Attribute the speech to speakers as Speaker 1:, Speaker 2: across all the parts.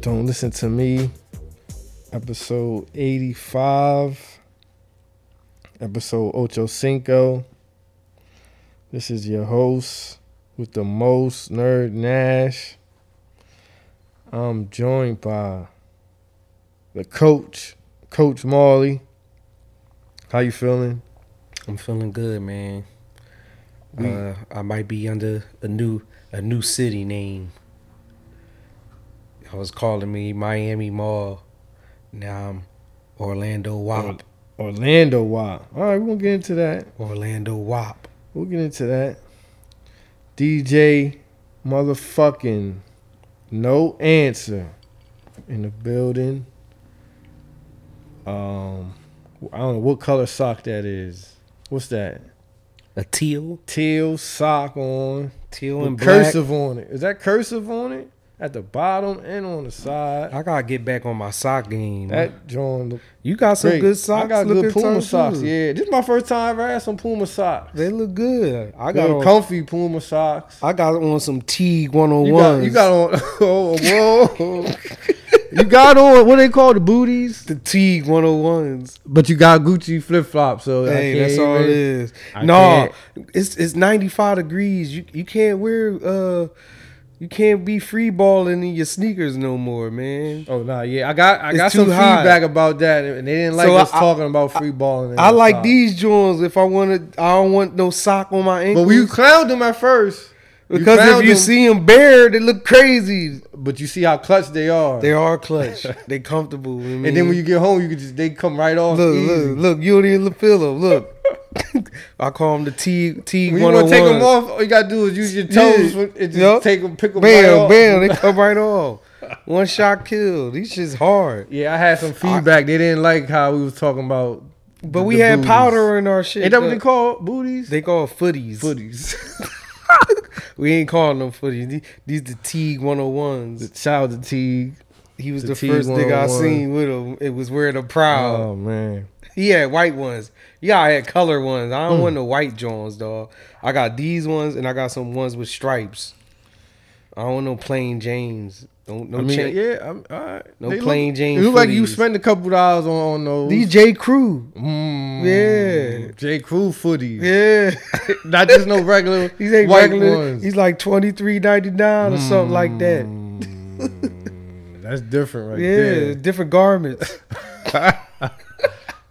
Speaker 1: Don't listen to me. Episode 85. Episode Ocho Cinco. This is your host with the most, Nerd Nash. I'm joined by the coach, Coach Marley. How you feeling?
Speaker 2: I'm feeling good, man.
Speaker 1: We-
Speaker 2: uh, I might be under a new a new city name. I was calling me Miami Mall. Now I'm Orlando Wop.
Speaker 1: Orlando Wild. All right, we're going to get into that.
Speaker 2: Orlando Wop.
Speaker 1: We'll get into that. DJ motherfucking no answer in the building. Um I don't know what color sock that is. What's that?
Speaker 2: A teal,
Speaker 1: Teal sock on.
Speaker 2: teal and
Speaker 1: With
Speaker 2: black.
Speaker 1: cursive on it. Is that cursive on it? At the bottom and on the side.
Speaker 2: I gotta get back on my sock game.
Speaker 1: That joint look
Speaker 2: you got some
Speaker 1: great.
Speaker 2: good socks.
Speaker 1: I got
Speaker 2: looking
Speaker 1: good Puma
Speaker 2: times,
Speaker 1: socks.
Speaker 2: too.
Speaker 1: Yeah, this is my first time I ever had some Puma socks.
Speaker 2: they look good. I got
Speaker 1: Good,
Speaker 2: on,
Speaker 1: comfy Puma socks.
Speaker 2: I got on some Teague one on
Speaker 1: You got,
Speaker 2: one.
Speaker 1: you got on. Oh, whoa. you got on what they call the booties,
Speaker 2: the Teague one on ones.
Speaker 1: but you got Gucci flip flops. So I
Speaker 2: Hey,
Speaker 1: can't
Speaker 2: that's all it
Speaker 1: even-
Speaker 2: is.
Speaker 1: I
Speaker 2: no, it's it's ninety five degrees. You you can't wear uh you can't be free balling in your sneakers no more, man.
Speaker 1: Oh no, yeah, I got I
Speaker 2: It's
Speaker 1: got some
Speaker 2: too hot.
Speaker 1: feedback about that, and they didn't like
Speaker 2: So
Speaker 1: us
Speaker 2: I-
Speaker 1: talking about free balling. and
Speaker 2: I like
Speaker 1: stuff.
Speaker 2: these joints. If I want to, I don't want no sock on my
Speaker 1: but
Speaker 2: ankle.
Speaker 1: you clowned them at first You
Speaker 2: because if
Speaker 1: clowned
Speaker 2: you
Speaker 1: them,
Speaker 2: see them bare, they look crazy.
Speaker 1: but you see how clutch they are,
Speaker 2: They are clutch. they comfortable. you know what I
Speaker 1: and then
Speaker 2: mean?
Speaker 1: when you get home, you could just they come right off.
Speaker 2: look,
Speaker 1: easy.
Speaker 2: look, look, you don't even feel them. Look, I call them the T T
Speaker 1: When you
Speaker 2: one
Speaker 1: want
Speaker 2: on
Speaker 1: to take them
Speaker 2: one.
Speaker 1: off, all you gotta do is use your toes
Speaker 2: Yeah.
Speaker 1: and just
Speaker 2: Yup.
Speaker 1: take them, pick them right
Speaker 2: Bam,
Speaker 1: off.
Speaker 2: bam, they come right off. One shot kill. These shit's hard.
Speaker 1: Yeah, I had some feedback. they didn't like how we was talking about.
Speaker 2: But
Speaker 1: the-
Speaker 2: we
Speaker 1: the
Speaker 2: had
Speaker 1: booties.
Speaker 2: powder in our shit.
Speaker 1: Ain't that what
Speaker 2: though.
Speaker 1: they call booties?
Speaker 2: They call it footies.
Speaker 1: footies.
Speaker 2: We ain't calling them footies. The- These the Teague 101s.
Speaker 1: Shout out to Teague.
Speaker 2: He was
Speaker 1: the
Speaker 2: the, first nigga I
Speaker 1: Teague 101.
Speaker 2: seen with him. It was wearing a proud.
Speaker 1: Oh man,
Speaker 2: he had white ones. Yeah, I had color ones. I don't
Speaker 1: Mm.
Speaker 2: want no white Johns, dog. I got these ones and I got some ones with stripes. I don't want no plain James. Don't no
Speaker 1: I mean,
Speaker 2: chain.
Speaker 1: yeah, I'm, all right.
Speaker 2: No
Speaker 1: They
Speaker 2: plain
Speaker 1: look,
Speaker 2: Jane
Speaker 1: It look like you
Speaker 2: footies.
Speaker 1: spent a couple dollars on, on those.
Speaker 2: These J Crew.
Speaker 1: Mm,
Speaker 2: Yeah.
Speaker 1: J Crew footies.
Speaker 2: Yeah.
Speaker 1: Not just no regular.
Speaker 2: These ain't
Speaker 1: white
Speaker 2: regular.
Speaker 1: ones.
Speaker 2: He's like twenty three ninety nine or something Mm. like that.
Speaker 1: Mm, that's different right
Speaker 2: yeah,
Speaker 1: there.
Speaker 2: different garments.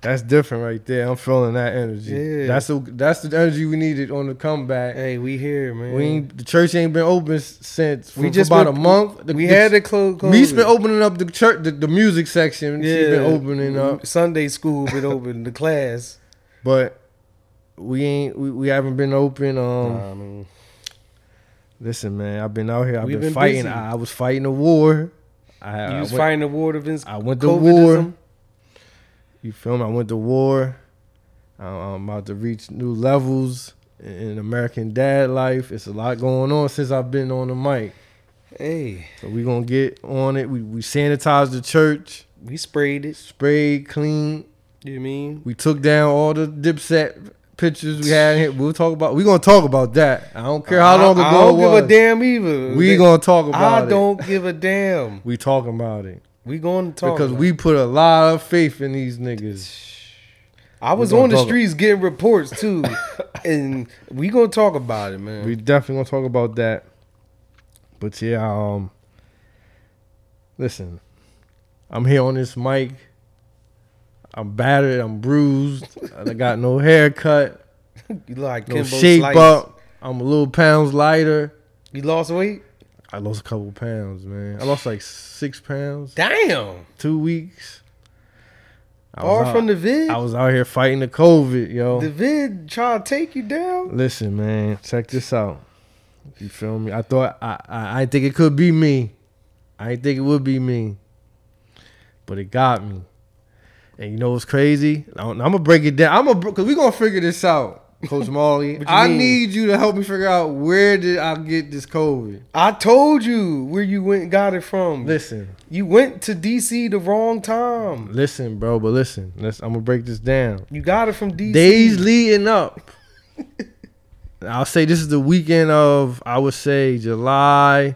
Speaker 1: That's different right there. I'm feeling that energy.
Speaker 2: Yeah.
Speaker 1: That's the that's the energy we needed on the comeback.
Speaker 2: hey, we here, man.
Speaker 1: We ain't, the church ain't been open since for,
Speaker 2: We
Speaker 1: for
Speaker 2: just
Speaker 1: about
Speaker 2: been-
Speaker 1: a month. The-
Speaker 2: we
Speaker 1: the-
Speaker 2: had to close.
Speaker 1: Me's been opening up the church, the, the music section. She's been opening up,
Speaker 2: Sunday school been open. The class.
Speaker 1: but we ain't. We, we haven't been open. Um,
Speaker 2: Nah, I mean,
Speaker 1: listen, man, I've been out here. I've
Speaker 2: We've
Speaker 1: been,
Speaker 2: been
Speaker 1: fighting.
Speaker 2: busy.
Speaker 1: I, I was fighting a war. I,
Speaker 2: you
Speaker 1: I
Speaker 2: was
Speaker 1: went,
Speaker 2: fighting the war against.
Speaker 1: I went to war.
Speaker 2: COVIDism.
Speaker 1: You feel me? I went to war. I- I'm about to reach new levels in- in American dad life. It's a lot going on since I've been on the mic.
Speaker 2: Hey,
Speaker 1: So we gonna get on it. We we sanitized the church,
Speaker 2: we sprayed it.
Speaker 1: sprayed clean.
Speaker 2: You know what I mean?
Speaker 1: We took down all the dipset pictures we had here. We'll talk about. We're gonna talk about that. I don't care how long ago
Speaker 2: I, I don't
Speaker 1: it
Speaker 2: give
Speaker 1: was.
Speaker 2: a damn either.
Speaker 1: We
Speaker 2: They-
Speaker 1: gonna talk about
Speaker 2: I
Speaker 1: it.
Speaker 2: don't give a damn.
Speaker 1: We talking about it
Speaker 2: We going to talk
Speaker 1: because
Speaker 2: about
Speaker 1: we
Speaker 2: it.
Speaker 1: put a lot of faith in these niggas.
Speaker 2: I was
Speaker 1: gonna
Speaker 2: on the
Speaker 1: talk-
Speaker 2: streets getting reports too, and we gonna talk about it, man.
Speaker 1: We definitely gonna talk about that. But yeah, um, listen, I'm here on this mic. I'm battered. I'm bruised. I got no haircut,
Speaker 2: you look like
Speaker 1: no
Speaker 2: Kimbo
Speaker 1: shape
Speaker 2: Slice.
Speaker 1: up. I'm a little pounds lighter.
Speaker 2: You lost weight?
Speaker 1: I lost a couple pounds, man. I lost like six pounds,
Speaker 2: Damn.
Speaker 1: two weeks. I was,
Speaker 2: Far
Speaker 1: out,
Speaker 2: from the vid.
Speaker 1: I was out here fighting the COVID, yo.
Speaker 2: the vid try to take you down.
Speaker 1: Listen, man, check this out. You feel me? I thought I, I I didn't think it could be me. I didn't think it would be me, but it got me. And you know what's crazy? I'm, gonna break it down. I'm gonna because we gonna figure this out, Coach Marley.
Speaker 2: What you
Speaker 1: I
Speaker 2: mean?
Speaker 1: need you to help me figure out where did I get this COVID.
Speaker 2: I told you where you went and got it from.
Speaker 1: Listen,
Speaker 2: You went to DC the wrong time.
Speaker 1: listen, bro. But listen, let's. I'm gonna break this down.
Speaker 2: You got it from DC.
Speaker 1: days leading up. I'll say this is the weekend of I would say July.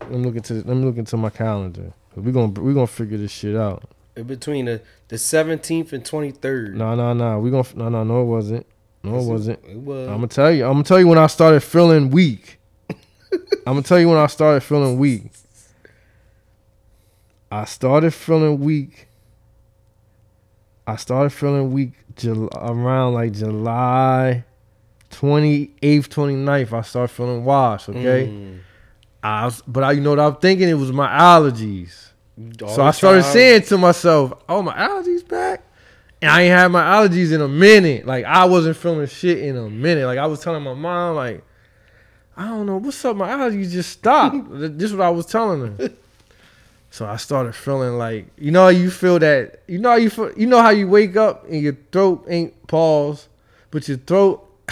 Speaker 1: I'm looking to I'm looking to my calendar. We're gonna we gonna figure this shit out.
Speaker 2: Between the the 17th and 23rd.
Speaker 1: No, no, no. We gonna f- no, no, no. It wasn't. No, it
Speaker 2: Yes,
Speaker 1: wasn't.
Speaker 2: It was.
Speaker 1: I'm gonna tell you. I'm gonna tell you when I started feeling weak. I'm gonna tell you when I started feeling weak. I started feeling weak. I started feeling weak Jul- around like July 28th, 29th. I started feeling washed. Okay,
Speaker 2: Mm.
Speaker 1: I was, but I, you know what I'm thinking? It was my allergies.
Speaker 2: All
Speaker 1: So
Speaker 2: the
Speaker 1: I started
Speaker 2: time.
Speaker 1: saying to myself, "Oh, my allergies back," and I ain't had my allergies in a minute. Like I wasn't feeling shit in a minute. Like I was telling my mom, like, "I don't know what's up. My allergies just stopped." Th- this is what I was telling her. So I started feeling like you know how you feel that you know how you feel, you know how you wake up and your throat ain't paused, but your throat,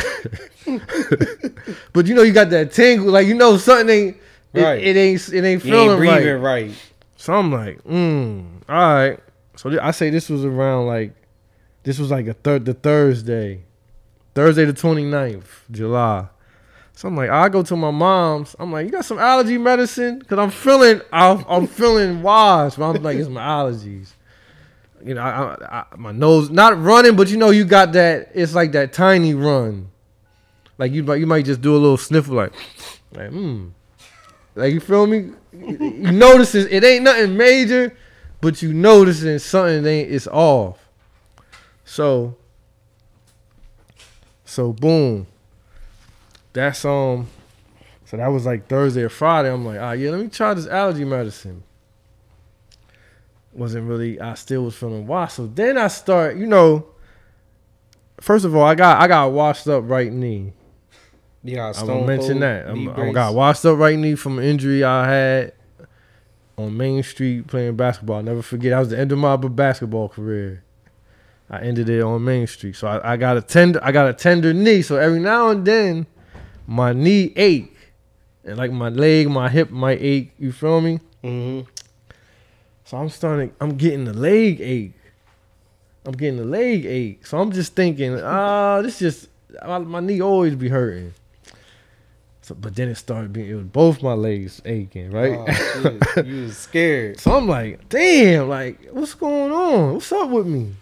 Speaker 1: but you know you got that tingle like you know something ain't it-
Speaker 2: Right.
Speaker 1: it, ain't it ain't
Speaker 2: You
Speaker 1: feeling
Speaker 2: ain't
Speaker 1: right.
Speaker 2: breathing right.
Speaker 1: So I'm like, mm, all right. So th- I say this was around like, this was like a third the Thursday, Thursday the 29th, July. So I'm like, I go to my mom's. I'm like, you got some allergy medicine? Cause I'm feeling, I'm, I'm feeling wise. But I'm like, it's my allergies. You know, I, I, I, my nose not running, but you know, you got that. It's like that tiny run. Like you, might- you might just do a little sniffle, like, like, mm. Like you feel me? you notices it ain't nothing major, but you noticing something ain't it's off. So so boom. That's um so that was like Thursday or Friday. I'm like, ah yeah, let me try this allergy medicine. Wasn't really I still was feeling washed. So then I start, you know, first of all, I got I got washed up right knee.
Speaker 2: Yeah,
Speaker 1: I'm
Speaker 2: stone
Speaker 1: gonna mention
Speaker 2: cold
Speaker 1: that.
Speaker 2: knee
Speaker 1: I'm, I
Speaker 2: brace.
Speaker 1: got washed up right knee from an injury I had on Main Street playing basketball. I'll never forget. That was the end of my b- basketball career. I ended it on Main Street. So I, I got a tender I got a tender knee. So every now and then my knee ache. And like my leg, my hip might ache. You feel me?
Speaker 2: Mhm.
Speaker 1: So I'm starting. I'm getting the leg ache. I'm getting the leg ache. So I'm just thinking, ah, this just my, my knee always be hurting. So, but then it started being. It was both my legs aching, right?
Speaker 2: Oh, shit. you was scared.
Speaker 1: So I'm like, damn, like what's going on? What's up with me?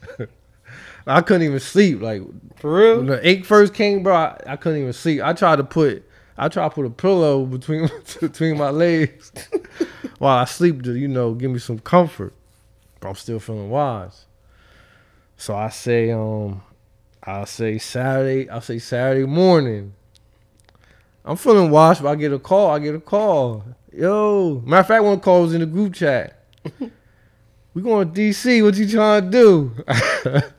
Speaker 1: I couldn't even sleep. Like
Speaker 2: For real?
Speaker 1: when the ache first came, bro, I, I couldn't even sleep. I tried to put I tried to put a pillow between between my legs while I sleep to, you know, give me some comfort. But I'm still feeling wise. So I say, um, I'll say Saturday, I'll say Saturday morning. I'm feeling washed, but I get a call. I get a call. Yo. Matter of fact, one call was in the group chat. we going to DC. What you trying to do?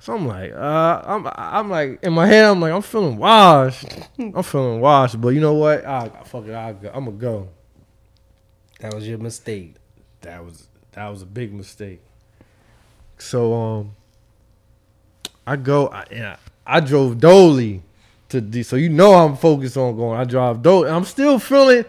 Speaker 1: So I'm like, uh, I'm, I'm like, in my head, I'm like, I'm feeling washed. I'm feeling washed, but you know what? I fuck it, I go. I'm gonna go.
Speaker 2: That was your mistake.
Speaker 1: That was that was a big mistake. So um, I go I, and I, I drove Dolly to D. So you know I'm focused on going. I drive Dolly. I'm still feeling.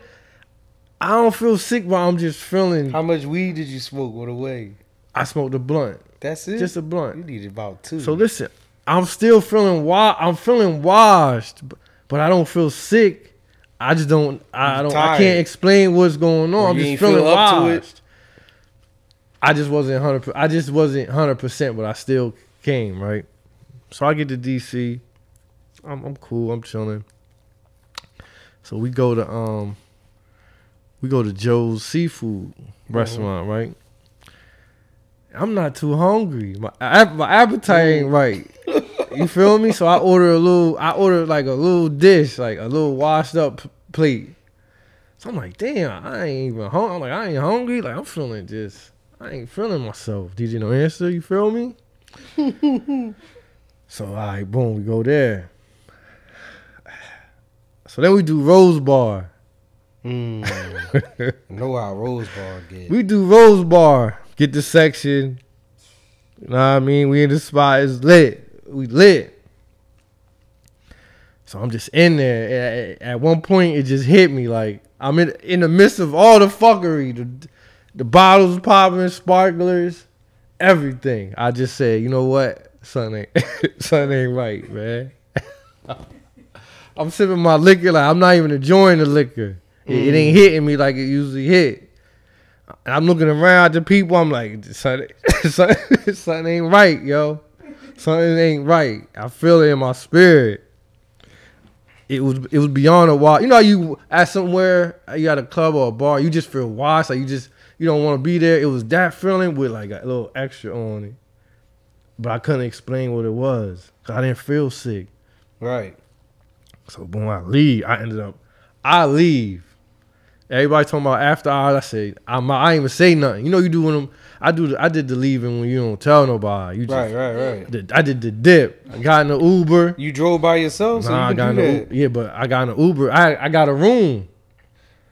Speaker 1: I don't feel sick, but I'm just feeling.
Speaker 2: How much weed did you smoke on the way?
Speaker 1: I smoked a blunt,
Speaker 2: That's it.
Speaker 1: just a blunt.
Speaker 2: you needed about two.
Speaker 1: So listen, I'm still feeling wa- I'm feeling washed, b- but I don't feel sick. I just don't. I
Speaker 2: You're
Speaker 1: don't. I
Speaker 2: tired.
Speaker 1: can't explain what's going on.
Speaker 2: Or
Speaker 1: I'm
Speaker 2: you
Speaker 1: just
Speaker 2: ain't
Speaker 1: feeling
Speaker 2: feel up to it.
Speaker 1: washed. I just wasn't hundred. I just wasn't hundred percent, but I still came right. So I get to DC. I'm, I'm cool. I'm chilling. So we go to um, we go to Joe's Seafood
Speaker 2: Mm-hmm.
Speaker 1: restaurant, right? I'm not too hungry. My ap- my appetite ain't
Speaker 2: Mm.
Speaker 1: right. You feel me? So I order a little. I order like a little dish, like a little washed up p- plate. So I'm like, damn, I ain't even hungry. I'm like, I ain't hungry. Like I'm feeling just, I ain't feeling myself. Did you know answer? You feel me? so all right, boom, we go there. So then we do Rose Bar.
Speaker 2: Mm. know how Rose Bar get.
Speaker 1: We do Rose Bar. Get the section. You know what I mean? We in the spot. It's lit. We lit. So I'm just in there. At, at one point, it just hit me like I'm in in the midst of all the fuckery. The, the bottles popping, sparklers, everything. I just said, you know what? Something ain't, something ain't right, man. I'm sipping my liquor like I'm not even enjoying the liquor. It, it ain't hitting me like it usually hit. And I'm looking around at the people. I'm like, something, something, something ain't right, yo. Something ain't right. I feel it in my spirit. It was it was beyond a watch. You know, how you at somewhere, you at a club or a bar, you just feel washed. Like you just you don't want to be there. It was that feeling with like a little extra on it, but I couldn't explain what it was. 'cause I didn't feel sick.
Speaker 2: Right.
Speaker 1: So when I leave, I ended up, I leave. Everybody talking about after hours. I say I'm, I ain't even say nothing. You know you do when them. I do. the- I did the leaving when you don't tell nobody. You just,
Speaker 2: Right, right, right.
Speaker 1: the- I did the dip. I got in the Uber.
Speaker 2: You drove by yourself, so
Speaker 1: Nah, I
Speaker 2: you
Speaker 1: got
Speaker 2: can
Speaker 1: in
Speaker 2: do
Speaker 1: the,
Speaker 2: that.
Speaker 1: U- yeah, but I got in the Uber. I, I got a room.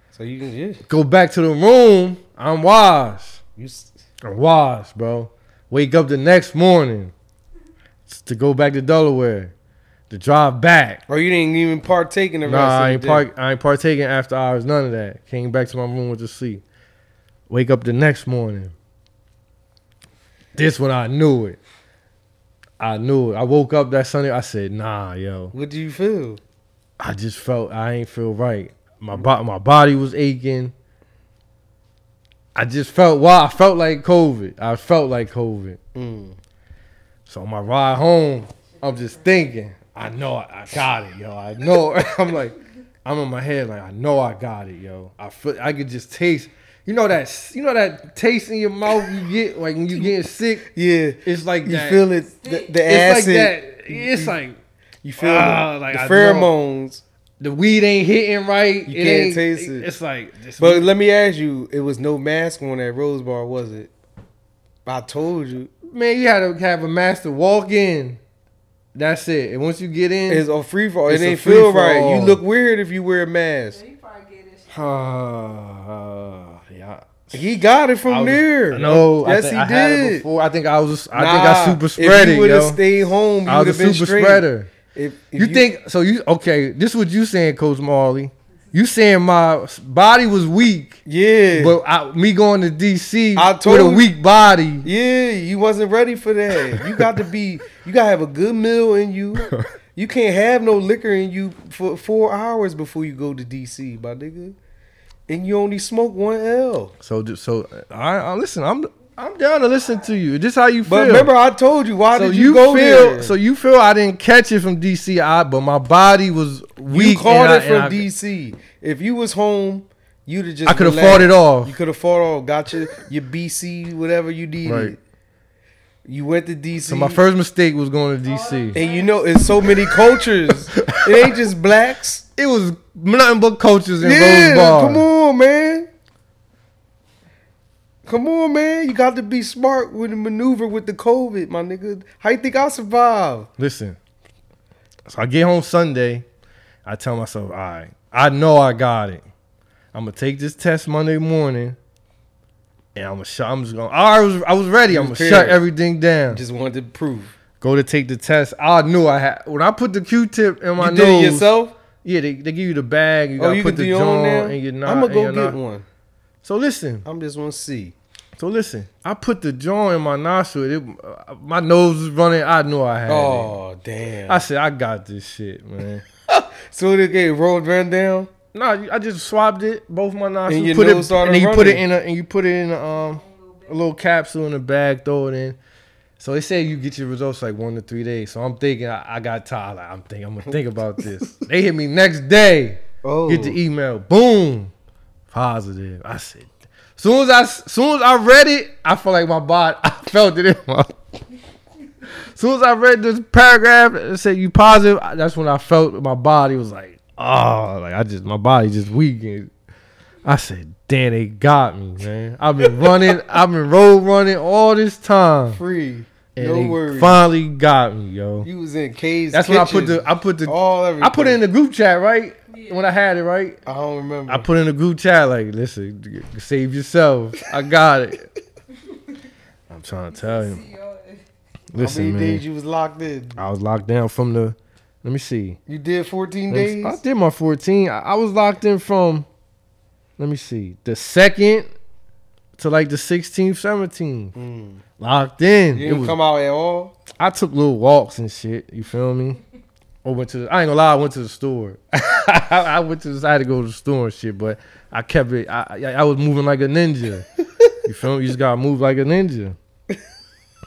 Speaker 2: So you can yeah,
Speaker 1: Go back to the room. I'm washed.
Speaker 2: you s-
Speaker 1: I'm washed, bro. Wake up the next morning s- to go back to Delaware, to drive back.
Speaker 2: or you didn't even partake in the rest
Speaker 1: Nah,
Speaker 2: of
Speaker 1: I
Speaker 2: the
Speaker 1: ain't
Speaker 2: day.
Speaker 1: park. I ain't partaking after hours. None of that. Came back to my room with the sleep. Wake up the next morning. This when I knew it. I knew it. I woke up that Sunday. I said, Nah, yo.
Speaker 2: What do you feel?
Speaker 1: I just felt I ain't feel right. My bo- my body was aching. I just felt wow. I felt like COVID. I felt like COVID.
Speaker 2: Mm.
Speaker 1: So on my ride home, I'm just thinking, I know I, I got it, yo. I know. I'm like, I'm in my head like, I know I got it, yo. I feel, I could just taste. You know that s- you know that taste in your mouth you get like when you getting sick.
Speaker 2: Yeah,
Speaker 1: It's like
Speaker 2: you
Speaker 1: that.
Speaker 2: feel it. The, the
Speaker 1: It's
Speaker 2: acid.
Speaker 1: like that. It's like
Speaker 2: You feel the-
Speaker 1: Ah,
Speaker 2: the,
Speaker 1: like I know.
Speaker 2: pheromones.
Speaker 1: the weed ain't hitting right.
Speaker 2: You
Speaker 1: it
Speaker 2: can't
Speaker 1: ain't,
Speaker 2: taste it.
Speaker 1: It's like this
Speaker 2: But let me ask you, it was no mask on that Rose Bar, was it? I told you,
Speaker 1: man, you had to have a master walk in. That's it. And once you get in,
Speaker 2: it's a free for all. It
Speaker 1: It's a
Speaker 2: ain't feel
Speaker 1: free-for-all.
Speaker 2: right. You look weird if you wear a mask.
Speaker 3: He probably get his shit.
Speaker 1: Ah, yeah.
Speaker 2: He got it
Speaker 1: I
Speaker 2: from
Speaker 1: was-
Speaker 2: there.
Speaker 1: No,
Speaker 2: Oh, yes,
Speaker 1: I think
Speaker 2: he
Speaker 1: I had it
Speaker 2: did.
Speaker 1: before. I think I was. I think I super spread
Speaker 2: If
Speaker 1: it,
Speaker 2: you would have
Speaker 1: yo.
Speaker 2: stayed home, you
Speaker 1: I
Speaker 2: would
Speaker 1: was a
Speaker 2: have been
Speaker 1: super
Speaker 2: straight.
Speaker 1: spreader.
Speaker 2: If, if
Speaker 1: You, think so? You okay? This is what you saying, Coach Marley. You saying my s- body was weak,
Speaker 2: Yeah,
Speaker 1: but I, me going to DC
Speaker 2: I
Speaker 1: with a
Speaker 2: told-
Speaker 1: weak body.
Speaker 2: Yeah, you wasn't ready for that. You got to be. You gotta have a good meal in you. You can't have no liquor in you for four hours before you go to DC, my nigga. And you only smoke one L.
Speaker 1: So, ju- so I, I listen. I'm I'm down to listen to you. Just how you feel.
Speaker 2: But remember, I told you why
Speaker 1: so
Speaker 2: did
Speaker 1: you,
Speaker 2: you, go
Speaker 1: feel
Speaker 2: there?
Speaker 1: so you feel I didn't catch it from DC, I, but my body was weak.
Speaker 2: you caught
Speaker 1: and
Speaker 2: it
Speaker 1: I-
Speaker 2: from
Speaker 1: and I-
Speaker 2: DC. If you was home, you'd have just.
Speaker 1: I coulda
Speaker 2: relaxed.
Speaker 1: fought it off.
Speaker 2: You could have fought off. Got your your BC, whatever you needed.
Speaker 1: Right.
Speaker 2: You went to DC.
Speaker 1: So my first mistake was going to DC.
Speaker 2: And you know, it's so many cultures. it ain't just blacks.
Speaker 1: It was nothing but coaches in
Speaker 2: Yeah,
Speaker 1: Rose Bar.
Speaker 2: come on, man. Come on, man. You got to be smart with the maneuver with the COVID, my nigga. How you think I survive?
Speaker 1: Listen. So I get home Sunday. I tell myself, all right, I know I got it. I'm gonna take this test Monday morning, and I'm gonna shut. I'm just gonna. I was I was ready. I'm gonna
Speaker 2: was
Speaker 1: shut
Speaker 2: prepared.
Speaker 1: everything down.
Speaker 2: Just wanted to prove.
Speaker 1: Go to take the test. I knew I had when I put the Q-tip in my
Speaker 2: you
Speaker 1: nose.
Speaker 2: did it yourself?
Speaker 1: Yeah, they, they give you the bag. You
Speaker 2: oh,
Speaker 1: gotta
Speaker 2: you
Speaker 1: put
Speaker 2: can
Speaker 1: the
Speaker 2: do your
Speaker 1: joint
Speaker 2: own now?
Speaker 1: and your knot.
Speaker 2: I'm
Speaker 1: and
Speaker 2: going
Speaker 1: your
Speaker 2: to go
Speaker 1: knot.
Speaker 2: get one.
Speaker 1: So listen,
Speaker 2: I'm just going to see.
Speaker 1: so listen. I put the joint in my nostril. It, uh, my nose was running. I knew I had it.
Speaker 2: Oh, damn.
Speaker 1: I said, I got this shit, man.
Speaker 2: so it get rolled run down?
Speaker 1: nah, you- I just swabbed it, both my nostrils,
Speaker 2: And your
Speaker 1: put it,
Speaker 2: nose started
Speaker 1: and then you put it
Speaker 2: running.
Speaker 1: in a, and you put it in a, um, a little capsule in a bag, throw it in. So they say you get your results like one to three days. So I'm thinking, I, I got tired. Like, I'm thinking, I'm gonna think about this. they hit me next day.
Speaker 2: Oh.
Speaker 1: Get the e- email, boom, positive. I said, soon as I, soon as I read it, I felt like my body, I felt it in my. Soon as I read this paragraph that said you positive, I- that's when I felt my body was like, oh, like I just my body just weakened. I said, damn, they got me, man. I've been running, I've been road running all this time,
Speaker 2: Free.
Speaker 1: and
Speaker 2: no
Speaker 1: they
Speaker 2: worries.
Speaker 1: finally got me, yo.
Speaker 2: You was in caves.
Speaker 1: That's when I put the
Speaker 2: kitchens,
Speaker 1: I put the
Speaker 2: all everything.
Speaker 1: I put it in the group chat, right?
Speaker 3: Yeah.
Speaker 1: When I had it, right?
Speaker 2: I don't remember.
Speaker 1: I put in the group chat like, listen, g- save yourself. I got it. I'm trying to tell you.
Speaker 3: See y'all.
Speaker 1: Listen,
Speaker 2: How many
Speaker 1: man.
Speaker 2: days you was locked in?
Speaker 1: I was locked down from the. Let me see.
Speaker 2: You did 14
Speaker 1: Let me-
Speaker 2: days?
Speaker 1: I did my 14. I, I was locked in from. Let me see. The second to like the 16th, 17th.
Speaker 2: Mm.
Speaker 1: Locked in.
Speaker 2: You
Speaker 1: It
Speaker 2: didn't
Speaker 1: was,
Speaker 2: come out at all.
Speaker 1: I took little walks and shit. You feel me? Or went to. The, I ain't gonna lie. I went to the store. I, went to. The, I had to go to the store and shit, but I kept it. I, I, I was moving like a ninja. You feel me? You just gotta move like a ninja.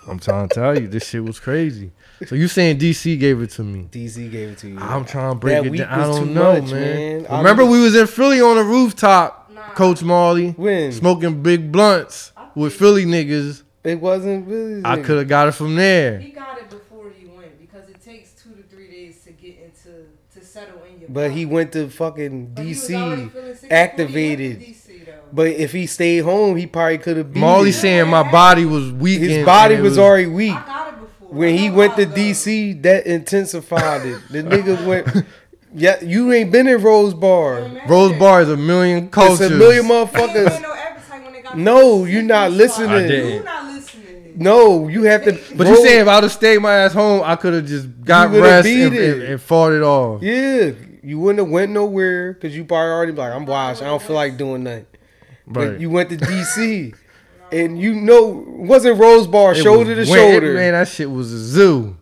Speaker 1: I'm trying to tell you, this shit was crazy. So you saying DC gave it to me?
Speaker 2: DZ gave it to you.
Speaker 1: I'm trying to break
Speaker 2: That
Speaker 1: it
Speaker 2: week
Speaker 1: down. I
Speaker 2: was
Speaker 1: don't
Speaker 2: too
Speaker 1: know,
Speaker 2: much,
Speaker 1: man.
Speaker 2: man. I
Speaker 1: Remember,
Speaker 2: mean-
Speaker 1: we was in Philly on a rooftop,
Speaker 3: Nah.
Speaker 1: Coach Marley,
Speaker 2: when
Speaker 1: smoking big blunts with Philly niggas.
Speaker 2: it wasn't really.
Speaker 1: I could have got it from there.
Speaker 3: He got it before you went because it takes two to three days to get into to settle in your.
Speaker 2: But he
Speaker 3: body.
Speaker 2: went to fucking
Speaker 3: But he was already
Speaker 2: DC.
Speaker 3: feeling sick before he went to
Speaker 2: activated.
Speaker 3: DC though.
Speaker 2: But if he stayed home, he probably could have beat
Speaker 1: Marley
Speaker 2: it.
Speaker 1: saying my body was weak.
Speaker 2: his
Speaker 1: and-
Speaker 2: body
Speaker 1: and it
Speaker 2: was already weak.
Speaker 3: I got it before.
Speaker 2: When
Speaker 3: I
Speaker 2: he
Speaker 3: know
Speaker 2: went
Speaker 3: how
Speaker 2: to
Speaker 3: it goes.
Speaker 2: DC, that intensified it. The nigga went. Yeah, you ain't been in Rose Bar.
Speaker 3: Remember?
Speaker 1: Rose Bar is a million cultures.
Speaker 2: It's a million
Speaker 3: They ain't paying
Speaker 2: motherfuckers.
Speaker 3: no advertising when they got
Speaker 2: No,
Speaker 3: the
Speaker 2: you not
Speaker 3: secret spot.
Speaker 2: listening.
Speaker 1: I didn't.
Speaker 3: You not listening.
Speaker 2: No, you have to.
Speaker 1: But
Speaker 2: Rose-
Speaker 1: you saying if I'd have stayed my ass home, I could have just got
Speaker 2: You would've
Speaker 1: rest
Speaker 2: beat
Speaker 1: and,
Speaker 2: it.
Speaker 1: and, and fought it off.
Speaker 2: Yeah, you wouldn't have went nowhere because you probably already be like, I'm washed. I don't feel like doing nothing.
Speaker 1: Right.
Speaker 2: But you went to DC, and you know wasn't Rose Bar
Speaker 1: It
Speaker 2: shoulder
Speaker 1: was
Speaker 2: to
Speaker 1: wet.
Speaker 2: shoulder.
Speaker 1: man, that shit was a zoo.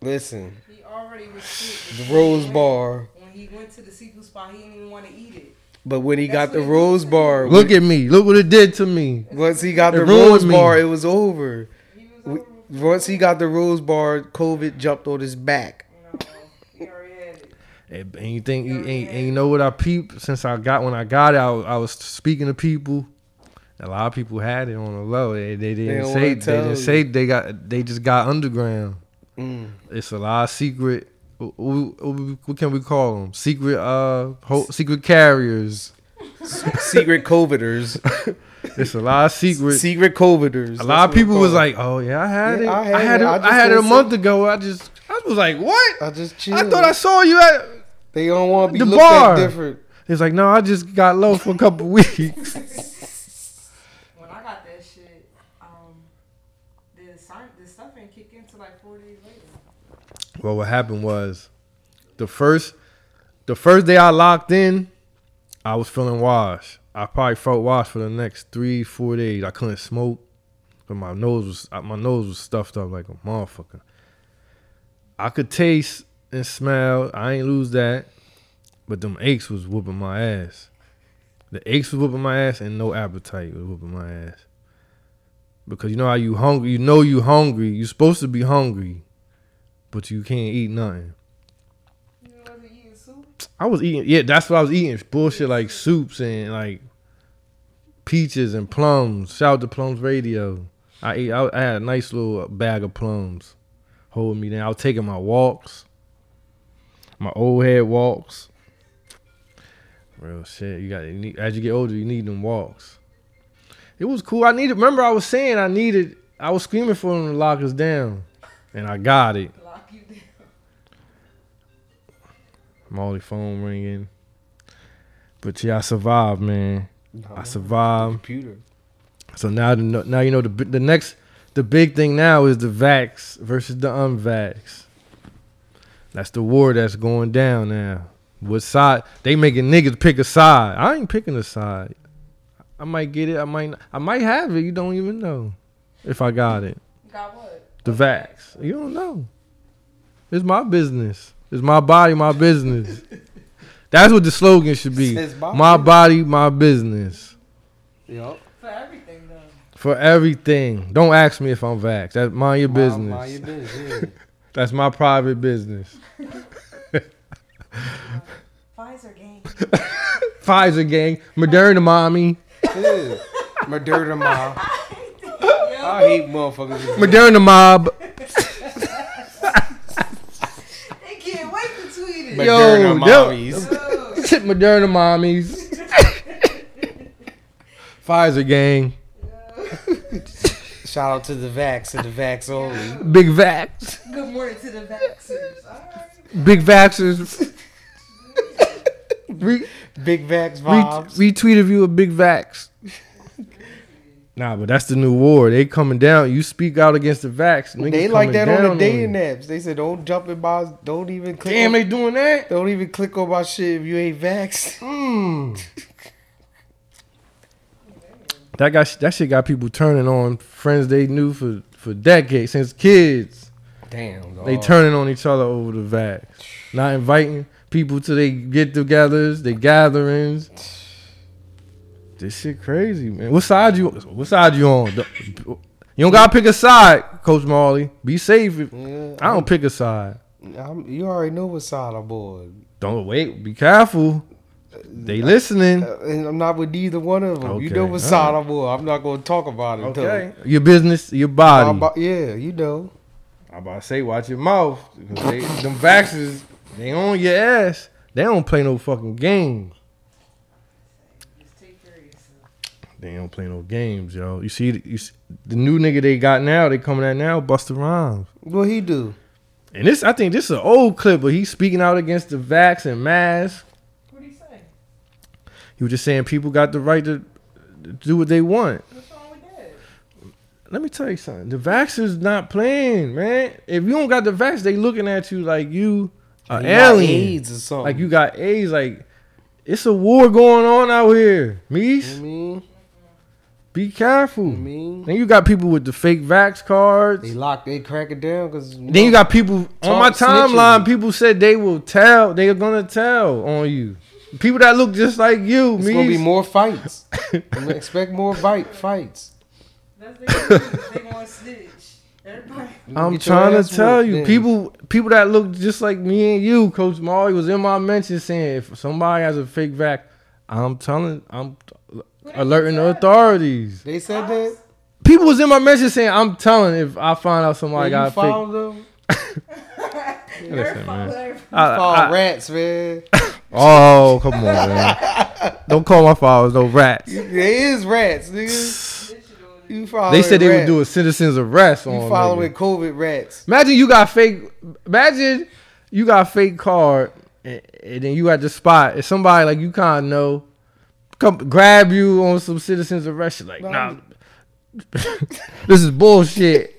Speaker 2: Listen,
Speaker 3: He already was sick
Speaker 2: the
Speaker 3: before he
Speaker 2: Rose
Speaker 3: went.
Speaker 2: Bar.
Speaker 3: When he went to the seafood spot, he didn't even want to eat it.
Speaker 2: But when he
Speaker 3: That's
Speaker 2: got the
Speaker 3: what-
Speaker 2: Rose Bar,
Speaker 1: Look at me. Look what it did to me.
Speaker 2: once he got
Speaker 1: It
Speaker 2: the
Speaker 1: ruined
Speaker 2: Rose
Speaker 1: me.
Speaker 2: Bar, it was over.
Speaker 3: He was
Speaker 2: We-
Speaker 3: over.
Speaker 2: Once he got the Rose Bar, COVID jumped on his back.
Speaker 3: No, he already had it.
Speaker 1: And you think, and, and you know what I peeped since I got when I got it, I, was- I was speaking to people. A lot of people had it on the low. They, they didn't
Speaker 2: don't
Speaker 1: say
Speaker 2: wanna
Speaker 1: they
Speaker 2: tell
Speaker 1: didn't
Speaker 2: you.
Speaker 1: say they got they just got underground.
Speaker 2: Mm.
Speaker 1: It's a lot of secret. wh- wh- wh- What can we call them? Secret uh, ho- secret carriers.
Speaker 2: Secret coveters,
Speaker 1: It's a lot of secret.
Speaker 2: secret coveters.
Speaker 1: A lot of people was like, "Oh yeah, I had
Speaker 2: Yeah, I
Speaker 1: it. I
Speaker 2: had
Speaker 1: had
Speaker 2: it.
Speaker 1: it.
Speaker 2: I
Speaker 1: I
Speaker 2: just
Speaker 1: had it a
Speaker 2: didn't Oh,
Speaker 1: month ago. I just I was like, what?
Speaker 2: "I just chill."
Speaker 1: I thought I saw you at."
Speaker 2: they don't want to be
Speaker 1: The
Speaker 2: looked
Speaker 1: bar.
Speaker 2: at different.
Speaker 1: It's like, no, I just got low for a couple weeks.
Speaker 3: When I got that shit, um, the sign, the stuff didn't kick in till like four days later.
Speaker 1: Well, what happened was, the first, the first day I locked in, I was feeling washed. I probably felt washed for the next three, four days. I couldn't smoke, but my nose was uh, my nose was stuffed up like a motherfucker. I could taste and smell. I ain't lose that, but them aches was whooping my ass. The aches was whooping my ass, and no appetite was whooping my ass. Because you know how you hungry, you know you hungry. you supposed to be hungry, but you can't eat nothing.
Speaker 3: You wasn't eating soup.
Speaker 1: I was eating. Yeah, that's what I was eating. Bullshit like soups and like peaches and plums. Shout out to Plums Radio. I ate. I, I had a nice little bag of plums holding me down. I was taking my walks, my old head walks. Real shit. You got you need, as you get older, you need them walks. It was cool. I needed. Remember, I was saying I needed. I was screaming for them to lock us down, and I got it.
Speaker 3: Lock you down.
Speaker 1: Molly phone ringing. But yeah, I survived, man. I survived.
Speaker 2: computer.
Speaker 1: So now, the, now you know the bi- the next the big thing now is the vax versus the unvax. That's the war that's going down now. What side they making niggas pick a side? I ain't picking a side. I might get it. I might. Not, I might have it. You don't even know if I got it.
Speaker 3: You got what?
Speaker 1: The vax. You don't know. It's my business. It's my body, my business. That's what the slogan should be.
Speaker 2: It's my
Speaker 1: my body, my business.
Speaker 2: Yup.
Speaker 3: For everything though.
Speaker 1: For everything. Don't ask me if I'm vax. That's mind your business.
Speaker 2: Mind- mind your business, yeah.
Speaker 1: That's my private business.
Speaker 3: Pfizer game.
Speaker 1: Pfizer gang, Moderna mommy,
Speaker 2: Yeah. Moderna mob.
Speaker 3: Yo,
Speaker 2: I hate motherfuckers.
Speaker 1: Moderna mob.
Speaker 3: they can't wait to tweet
Speaker 1: But-
Speaker 3: it.
Speaker 1: Yo,
Speaker 2: Moderna mommies.
Speaker 3: Yo.
Speaker 1: Shit, Moderna mommies. Pfizer gang,
Speaker 2: Shout out to the vax and the vax only.
Speaker 1: big vax,
Speaker 3: Good morning to the vaxxers. All right.
Speaker 1: big vaxers. Re-
Speaker 2: Big vax vibes.
Speaker 1: Ret- retweeted you a big vax. nah, but that's the new war. They coming down. You speak out against the vax. Niggas
Speaker 2: they
Speaker 1: coming
Speaker 2: like that
Speaker 1: down
Speaker 2: on the dating
Speaker 1: you.
Speaker 2: apps. They said don't jump in my don't even click
Speaker 1: Damn,
Speaker 2: on,
Speaker 1: they doing that.
Speaker 2: don't even click on my shit if you ain't vaxxed.
Speaker 1: Mm. that got that shit got people turning on friends they knew for for decades since kids.
Speaker 2: Damn,
Speaker 1: They turning on each other over the vax. Not inviting people to they get-togethers, they gatherings. This shit crazy, man. What side you? What side you on? The- You don't gotta pick a side, Coach Marley. Be safe. If,
Speaker 2: Yeah,
Speaker 1: I don't pick a side.
Speaker 2: I'm, you already know what side I'm on,
Speaker 1: Don't wait. Be careful. They listening.
Speaker 2: Uh, and I'm not with neither one of them. You
Speaker 1: Okay,
Speaker 2: know what
Speaker 1: all
Speaker 2: side I'm on. I'm not gonna talk about it.
Speaker 1: Okay. Your business, your body.
Speaker 2: Though. I'm about- yeah, you know.
Speaker 1: I'm about to say, watch your mouth. 'cause They, them vaxxers, they on your ass. They don't play no fucking games.
Speaker 3: Just take care of yourself.
Speaker 1: They don't play no games, yo. You see, the- you see the new nigga they got now, they coming at now, Busta Rhymes.
Speaker 2: What he do?
Speaker 1: And this, I think this is an old clip, but he's speaking out against the vax and mask.
Speaker 3: What do you say?
Speaker 1: He was just saying people got the right to to do what they want.
Speaker 3: What's wrong with that?
Speaker 1: Let me tell you something. The vaxxers not playing, man. If you don't got the vax, they looking at you like you an
Speaker 2: He got
Speaker 1: alien.
Speaker 2: AIDS or something.
Speaker 1: Like you got AIDS. Like it's a war going on out here.
Speaker 2: You know
Speaker 1: Mees,
Speaker 2: what I mean,
Speaker 1: be careful.
Speaker 2: You know what I mean,
Speaker 1: Then you got people with the fake vax cards.
Speaker 2: they lock, they crack it down because
Speaker 1: Then you got people on my
Speaker 2: Talk
Speaker 1: timeline.
Speaker 2: snitches.
Speaker 1: People said they will tell. They are gonna tell on you. People that look just like you.
Speaker 2: It's gonna be
Speaker 1: Mees.
Speaker 2: more fights. I'm gonna expect more fight fights.
Speaker 3: That's they, they gonna snitch. Everybody.
Speaker 1: I'm
Speaker 2: Get your
Speaker 1: trying
Speaker 2: ass
Speaker 1: to tell
Speaker 2: whooped,
Speaker 1: you,
Speaker 2: then.
Speaker 1: people people that look just like me and you, Coach Marley was in my mention saying if somebody has a fake vac, I'm telling, I'm alerting the authorities.
Speaker 2: They said that.
Speaker 1: People was in my mention saying I'm telling if I find out
Speaker 2: Well,
Speaker 1: somebody
Speaker 2: you
Speaker 1: got a fake.
Speaker 2: found them.
Speaker 1: Listen, man.
Speaker 2: You
Speaker 1: I-
Speaker 2: found
Speaker 1: I-
Speaker 2: rats, man.
Speaker 1: oh come on, man! Don't call my followers no rats.
Speaker 2: there is rats, nigga. You following
Speaker 1: They said they would
Speaker 2: rats.
Speaker 1: do a citizen's arrest on.
Speaker 2: You
Speaker 1: niggas.
Speaker 2: following COVID rats.
Speaker 1: Imagine you got fake. Imagine you got a fake card, and, and then you at the spot, and somebody like you kind of know, come grab you on some citizens arrest. you like,
Speaker 2: No,
Speaker 1: nah, this is bullshit.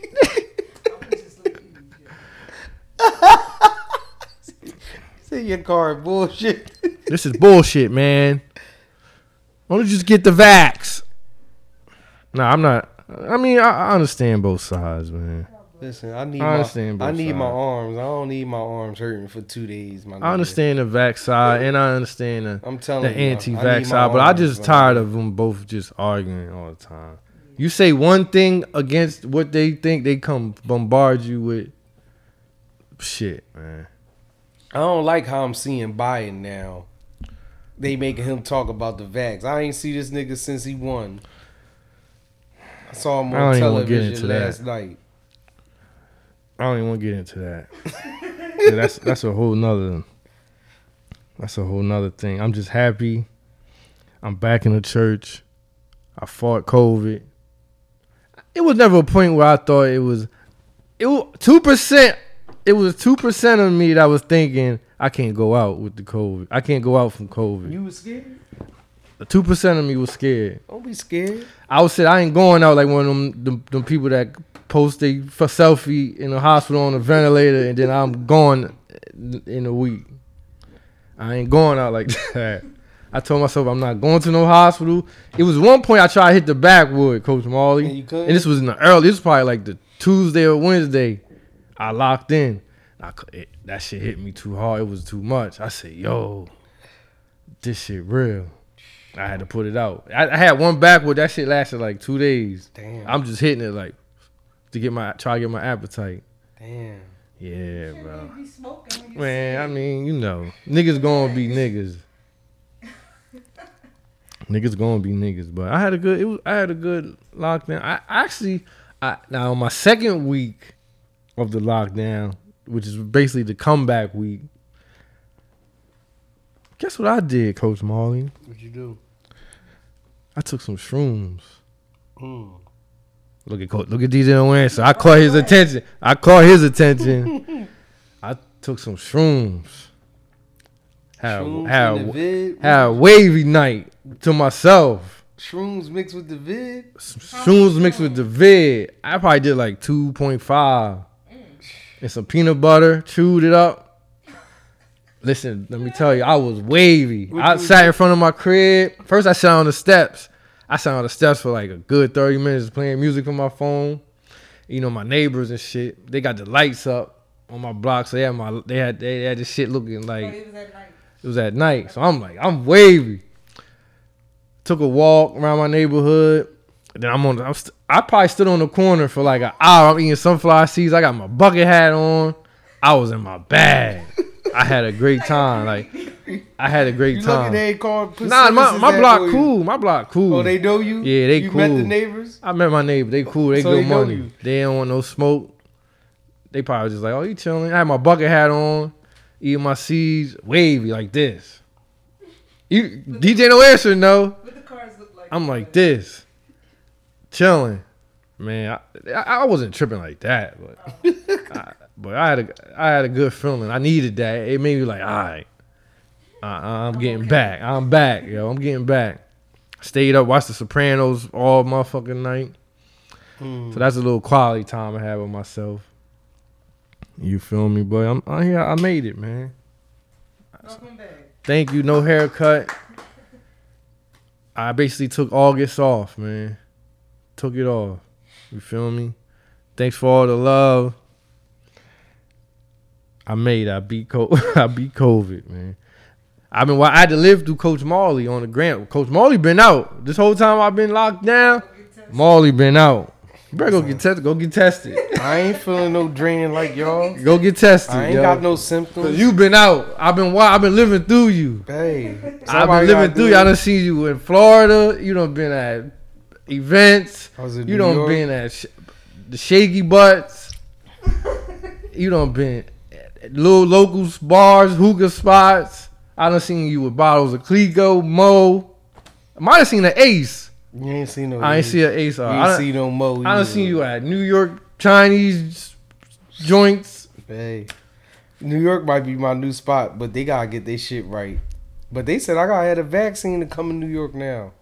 Speaker 2: See your car bullshit.
Speaker 1: this is bullshit, man. Why don't you just get the vax? Nah, I'm not. I mean, I, I understand both sides, man.
Speaker 2: Listen, I need
Speaker 1: I
Speaker 2: my
Speaker 1: understand both
Speaker 2: I need my
Speaker 1: sides.
Speaker 2: arms. I don't need my arms hurting for two days. My
Speaker 1: I
Speaker 2: nigga.
Speaker 1: understand the vax side, and I understand the.
Speaker 2: I'm telling
Speaker 1: the
Speaker 2: you, I- I need my
Speaker 1: anti-vax side, but I
Speaker 2: arms,
Speaker 1: just
Speaker 2: man.
Speaker 1: tired of them both just arguing all the time. You say one thing against what they think, they come bombard you with shit, man.
Speaker 2: I don't like how I'm seeing Biden now. They making him talk about the vax. I ain't see this nigga since he won. I saw him
Speaker 1: I don't
Speaker 2: on
Speaker 1: even wanna get
Speaker 2: television
Speaker 1: into that.
Speaker 2: last night.
Speaker 1: I don't even want to get into that. Yeah, that's that's a whole nother. That's a whole nother thing. I'm just happy. I'm back in the church. I fought COVID. It was never a point where I thought it was. It two percent. It was two percent of me that was thinking I can't go out with the COVID. I can't go out from COVID.
Speaker 2: You was scared?
Speaker 1: Two percent of me was scared.
Speaker 2: Don't be scared.
Speaker 1: I would say I ain't going out like one of them them, them people that post they f- selfie in the hospital on a ventilator and then I'm gone in a week. I ain't going out like that. I told myself I'm not going to no hospital. It was one point I tried to hit the backwood, Coach Marley,
Speaker 2: And you couldn't?
Speaker 1: this was in the early. This was probably like the Tuesday or Wednesday. I locked in. I, cou- it, that shit hit me too hard. It was too much. I said, "Yo, this shit real." I had to put it out. I, I had one backward. That shit lasted like two days.
Speaker 2: Damn.
Speaker 1: I'm just hitting it like to get my try to get my appetite.
Speaker 2: Damn.
Speaker 1: Yeah, bro.
Speaker 3: You be smoking when you
Speaker 1: Man, I mean, you know, niggas gonna be niggas. niggas gonna be niggas, but I had a good. It was, I had a good lockdown. I actually, I now my second week of the lockdown, which is basically the comeback week. Guess what I did, Coach Marley?
Speaker 2: What you do?
Speaker 1: I took some shrooms.
Speaker 2: Mm.
Speaker 1: Look at Coach. Look at DJ Answer. I caught his attention. I caught his attention. I took some shrooms. Had,
Speaker 2: Shrooms
Speaker 1: had,
Speaker 2: in the vid.
Speaker 1: had a wavy night to myself.
Speaker 2: Shrooms mixed with the vid.
Speaker 1: Some shrooms mixed with the vid. I probably did like 2.5. And some peanut butter. Chewed it up. Listen, let me tell you, I was wavy. I sat in front of my crib. First, I sat on the steps. I sat on the steps for like a good 30 minutes playing music on my phone. You know, my neighbors and shit. They got the lights up on my block. So they had my they had they had this shit looking
Speaker 3: Oh,
Speaker 1: like
Speaker 3: it was at night.
Speaker 1: it was at night. So I'm like, I'm wavy. took a walk around my neighborhood. Then I'm on. I'm st- I probably stood on the corner for like an hour. I'm eating sunflower seeds. I got my bucket hat on. I was in my bag. I had a great time. Like I had a great
Speaker 2: You lucky
Speaker 1: time.
Speaker 2: they ain't called. put
Speaker 1: Nah, my,
Speaker 2: citizens
Speaker 1: my
Speaker 2: at for
Speaker 1: block
Speaker 2: you.
Speaker 1: cool. My block cool.
Speaker 2: Oh, they know you.
Speaker 1: Yeah, they
Speaker 2: you
Speaker 1: cool.
Speaker 2: met the neighbors.
Speaker 1: I met my neighbor. They cool. They
Speaker 2: So
Speaker 1: good
Speaker 2: they know
Speaker 1: money.
Speaker 2: you.
Speaker 1: They don't want no smoke. They probably just like, oh, you chilling. I had my bucket hat on, eating my seeds, wavy like this. You DJ no answer no.
Speaker 3: What the cars look like?
Speaker 1: I'm like this, chilling. Man, I, I I wasn't tripping like that, but I, but I had a I had a good feeling. I needed that. It made me like, all right, I, I'm getting back. I'm back, yo. I'm getting back. Stayed up, watched The Sopranos all motherfucking night. So that's a little quality time I had with myself. You feel me, boy? I'm, I'm here. I made it, man.
Speaker 3: Welcome back.
Speaker 1: Thank you. No haircut. I basically took August off, man. Took it off. You feel me? Thanks for all the love. I made. it. I beat. Co- I beat COVID, man. I've been. I had to live through Coach Marley on the grant. Coach Marley been out this whole time. I've been locked down.
Speaker 3: Get tested.
Speaker 1: Marley been out. You better go get tested. Go get tested.
Speaker 2: I ain't feeling no drain like y'all.
Speaker 1: Go get tested.
Speaker 2: I ain't
Speaker 1: yo.
Speaker 2: got no
Speaker 1: 'Cause
Speaker 2: symptoms.
Speaker 1: you been out. I've been. wa- I've been living through you.
Speaker 2: hey,
Speaker 1: I've
Speaker 2: somebody
Speaker 1: been
Speaker 2: gotta
Speaker 1: living
Speaker 2: do
Speaker 1: through.
Speaker 2: it.
Speaker 1: Y'all done seen you in Florida. You done been at events.
Speaker 2: I was in
Speaker 1: You
Speaker 2: New
Speaker 1: done
Speaker 2: York.
Speaker 1: been at sh- the shaky butts. you done been at little local bars, hookah spots. I done seen you with bottles of Clego, Mo. I might have seen an Ace.
Speaker 2: You ain't seen no.
Speaker 1: I ain't see an Ace. uh,
Speaker 2: You
Speaker 1: I
Speaker 2: ain't
Speaker 1: done,
Speaker 2: see no mo.
Speaker 1: I
Speaker 2: either.
Speaker 1: done seen you at New York Chinese joints.
Speaker 2: Hey, New York might be my new spot, but they gotta get their shit right. But they said I gotta have a vaccine to come in New York now,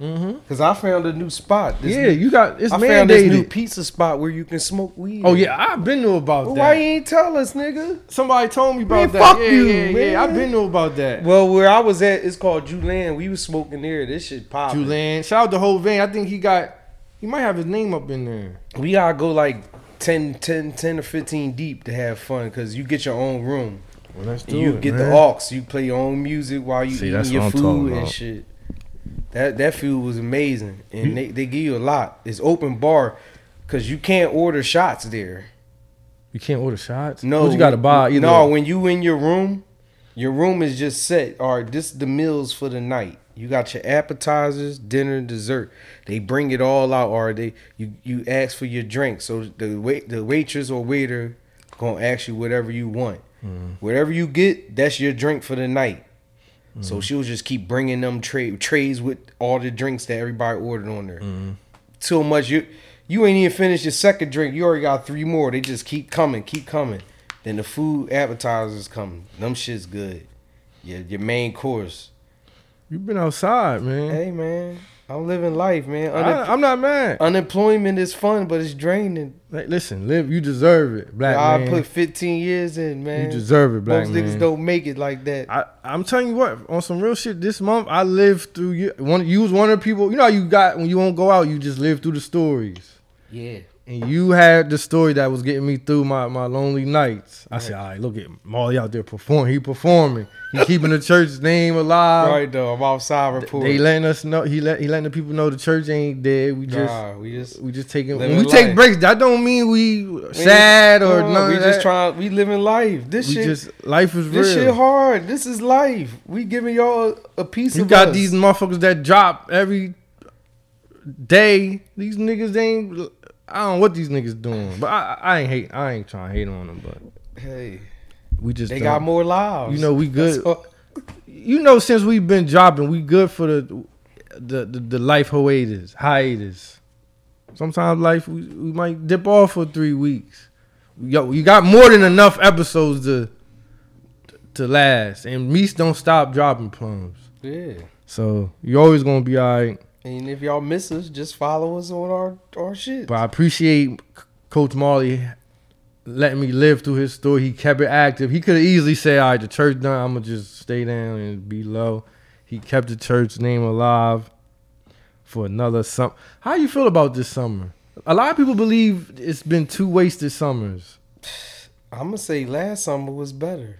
Speaker 1: Mm-hmm.
Speaker 2: cause I found a new spot. This
Speaker 1: Yeah,
Speaker 2: new-
Speaker 1: you got it's
Speaker 2: I found this new
Speaker 1: mandated.
Speaker 2: pizza spot where you can smoke weed.
Speaker 1: Oh yeah, I've been to about
Speaker 2: Well,
Speaker 1: that.
Speaker 2: why you ain't tell us, nigga?
Speaker 1: Somebody told me about
Speaker 2: Man,
Speaker 1: that.
Speaker 2: fuck
Speaker 1: yeah,
Speaker 2: you,
Speaker 1: yeah,
Speaker 2: man.
Speaker 1: yeah. I been know about that.
Speaker 2: Well, where I was at, it's called Julan. We was smoking there. This shit popped.
Speaker 1: Julian, shout out to whole van. I think he got. He might have his name up in there.
Speaker 2: We gotta go like 10, 10, 10 or 15 deep to have fun because you get your own room.
Speaker 1: Well, let's
Speaker 2: And you get the aux. You play your own music while you
Speaker 1: See, that's
Speaker 2: eating your
Speaker 1: what I'm talking
Speaker 2: food and
Speaker 1: about.
Speaker 2: shit. That that food was amazing. And they, they give you a lot. It's open bar because you can't order shots there.
Speaker 1: You can't order shots.
Speaker 2: No,
Speaker 1: what you got to buy either.
Speaker 2: No, when you in your room, your room is just set. All right, this the meals for the night. You got your appetizers, dinner, dessert. They bring it all out. Or they you you ask for your drink. So the wait the waitress or waiter gonna ask you whatever you want.
Speaker 1: Mm-hmm.
Speaker 2: Whatever you get, that's your drink for the night.
Speaker 1: Mm-hmm.
Speaker 2: So she'll just keep bringing them tray, trays with all the drinks that everybody ordered on there.
Speaker 1: Mm-hmm.
Speaker 2: So much you you ain't even finished your second drink. You already got three more. They just keep coming, keep coming. Then the food appetizers come. Them shit's good. Your your main course.
Speaker 1: you been outside, man.
Speaker 2: Hey man, I'm living life, man. Unem-
Speaker 1: Mm-hmm. I, am not mad.
Speaker 2: unemployment is fun, but it's draining.
Speaker 1: Like, listen, live. You deserve it, black
Speaker 2: I
Speaker 1: man.
Speaker 2: put 15 years in, man.
Speaker 1: you deserve it, black
Speaker 2: Most
Speaker 1: man.
Speaker 2: niggas don't make it like that.
Speaker 1: I, I'm telling you what, on some real shit, this month I lived through you. One, you was one of the people. You know, how you got when you won't go out, you just live through the stories.
Speaker 2: yeah.
Speaker 1: and you had the story that was getting me through my, my lonely nights. I said, all right, look at Marley out there performing. He performing. He keeping the church's name alive.
Speaker 2: Right though, I'm outside report.
Speaker 1: They letting us know. He let he letting the people know the church ain't dead. We just
Speaker 2: nah, we just
Speaker 1: we just taking when
Speaker 2: Living
Speaker 1: we take
Speaker 2: life.
Speaker 1: breaks. That don't mean we sad or
Speaker 2: No,
Speaker 1: none
Speaker 2: We
Speaker 1: of
Speaker 2: just
Speaker 1: that.
Speaker 2: trying. We living life. This
Speaker 1: we
Speaker 2: shit.
Speaker 1: just life is
Speaker 2: This shit
Speaker 1: real.
Speaker 2: hard. This is life. We giving y'all a piece
Speaker 1: you
Speaker 2: of
Speaker 1: got
Speaker 2: us.
Speaker 1: these motherfuckers that drop every day. These niggas ain't. I don't know what these niggas doing, but I, I ain't hate. I ain't trying to hate on them, but
Speaker 2: Hey,
Speaker 1: we just
Speaker 2: they
Speaker 1: don't.
Speaker 2: got more lives.
Speaker 1: You know we good.
Speaker 2: That's all-
Speaker 1: you know, since we've been dropping, we good for the the the, the life hiatus. Hiatus. Sometimes life we, we might dip off for three weeks. Yo, you got more than enough episodes to to last, and Meese don't stop dropping plums.
Speaker 2: yeah.
Speaker 1: So you always gonna be all right.
Speaker 2: And if y'all miss us, just follow us on our our shit.
Speaker 1: But I appreciate C- Coach Marley letting me live through his story. He kept it active. He could have easily said, "All right, the church done. I'm gonna just stay down and be low." He kept the church name alive for another summer. How you feel about this summer? A lot of people believe it's been two wasted summers.
Speaker 2: I'm gonna say last summer was better.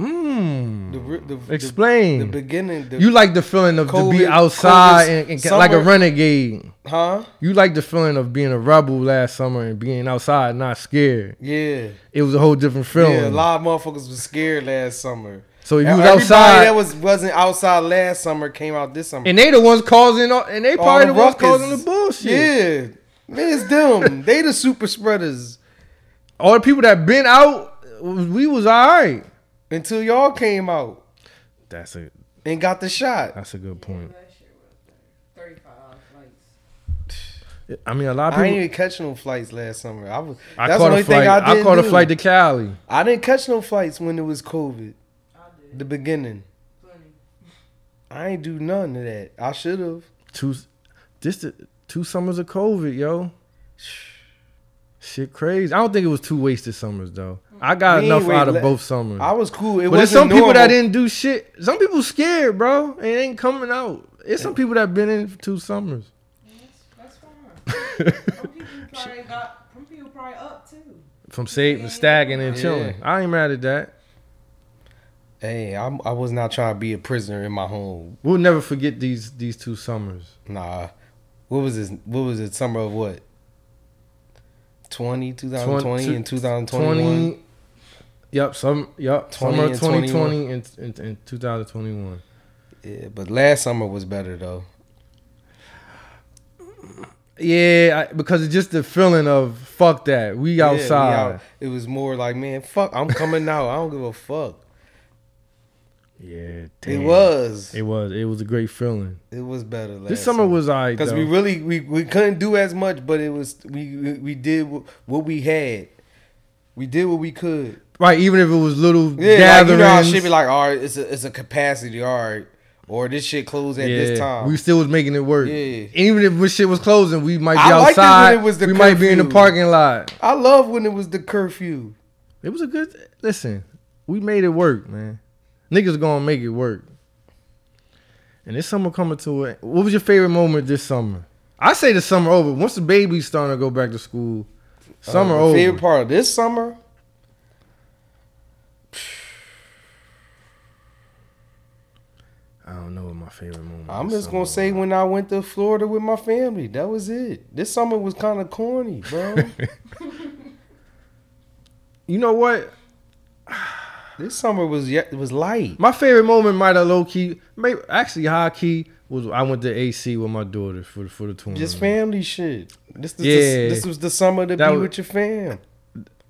Speaker 1: Mm.
Speaker 2: The, re- the, the-
Speaker 1: Explain.
Speaker 2: the, beginning. The,
Speaker 1: Mm. you like the feeling of to be
Speaker 2: Covid-
Speaker 1: outside
Speaker 2: Covid
Speaker 1: and, and ca- like a
Speaker 2: summer-
Speaker 1: renegade.
Speaker 2: huh?
Speaker 1: You like the feeling of being a rebel last summer and being outside, not scared.
Speaker 2: Yeah.
Speaker 1: It was a whole different feeling.
Speaker 2: Yeah, a lot of motherfuckers was scared last summer.
Speaker 1: so if you was
Speaker 2: Everybody
Speaker 1: outside,
Speaker 2: that was wasn't outside last summer came out this summer.
Speaker 1: and they the ones causing, all, and they
Speaker 2: All
Speaker 1: probably the ones
Speaker 2: ruckus.
Speaker 1: causing the bullshit.
Speaker 2: Yeah, man, it's them. they the super spreaders.
Speaker 1: All the people that been out, we was all right.
Speaker 2: Until y'all came out
Speaker 1: That's a
Speaker 2: and got the shot.
Speaker 1: that's a good
Speaker 3: Yeah,
Speaker 1: point.
Speaker 3: that shit was like 35 flights.
Speaker 1: I mean, a lot of
Speaker 2: I
Speaker 1: people.
Speaker 2: didn't even catch no flights last summer. I was.
Speaker 1: I
Speaker 2: that's the
Speaker 1: caught
Speaker 2: only
Speaker 1: a flight.
Speaker 2: thing I
Speaker 1: I,
Speaker 2: didn't
Speaker 1: caught a
Speaker 2: do.
Speaker 1: flight to Cali.
Speaker 2: I didn't catch no flights when it was COVID.
Speaker 3: I did
Speaker 2: The beginning.
Speaker 3: plenty.
Speaker 2: I ain't do none of that. I should have.
Speaker 1: Two, this the, two summers of COVID, yo. Shit, crazy. I don't think it was two wasted summers though. I got
Speaker 2: We ain't
Speaker 1: enough out
Speaker 2: wait-
Speaker 1: of both summers.
Speaker 2: I was cool. It
Speaker 1: but
Speaker 2: was
Speaker 1: there's some people that didn't do shit. Some people scared, bro. It ain't coming out. It's some people that been in for two summers.
Speaker 3: That's, that's fine. some people probably got, some people probably up too.
Speaker 1: From saving, stacking, and
Speaker 2: Yeah.
Speaker 1: chilling. I ain't mad at that.
Speaker 2: Hey, I'm, I was not trying to be a prisoner in my home.
Speaker 1: We'll never forget these these two summers.
Speaker 2: Nah. What was this? What was it? Summer of what? 20, 2020
Speaker 1: Twen-
Speaker 2: and 2021.
Speaker 1: Yep, some yep,
Speaker 2: 20
Speaker 1: summer
Speaker 2: and
Speaker 1: 2020 and, and, and 2021.
Speaker 2: Yeah, but last summer was better though.
Speaker 1: Yeah, I, because it's just the feeling of fuck that. We
Speaker 2: Yeah, we
Speaker 1: outside.
Speaker 2: out- it was more like, man, fuck, I'm coming out. I don't give a fuck.
Speaker 1: Yeah,
Speaker 2: It was.
Speaker 1: It was. It was a great feeling.
Speaker 2: It was better last
Speaker 1: this summer was alright
Speaker 2: because
Speaker 1: though.
Speaker 2: we really we, we couldn't do as much, but it was we we- we did wh- what we had. We did what we could.
Speaker 1: right, even if it was little
Speaker 2: Yeah, like, you
Speaker 1: gatherings.
Speaker 2: know, how shit be like, all right, it's a it's a capacity, all right, or this shit closed at this time.
Speaker 1: we still was making it work.
Speaker 2: Yeah.
Speaker 1: Even if when shit was closing, we might be
Speaker 2: I liked it when
Speaker 1: outside.
Speaker 2: it was the
Speaker 1: we might be in the
Speaker 2: curfew.
Speaker 1: parking lot.
Speaker 2: I love when it was the curfew.
Speaker 1: It was a good. Listen, we made it work, man. Niggas gonna make it work. And this summer coming to it. What was your favorite moment this summer? I say the summer over. Once the baby's starting to go back to school, summer
Speaker 2: Uh, the
Speaker 1: over.
Speaker 2: Favorite part of this summer.
Speaker 1: I don't know what my favorite moment.
Speaker 2: I'm
Speaker 1: this
Speaker 2: just gonna
Speaker 1: summer
Speaker 2: say
Speaker 1: was.
Speaker 2: when I went to Florida with my family, that was it. This summer was kind of corny, bro.
Speaker 1: You know what?
Speaker 2: this summer was yeah, it was light.
Speaker 1: My favorite moment might have low key, maybe actually high key was I went to AC with my daughter for for the tournament.
Speaker 2: Just family shit. This this,
Speaker 1: Mm. Yeah.
Speaker 2: this was the summer to
Speaker 1: That
Speaker 2: be
Speaker 1: was-
Speaker 2: with your fam.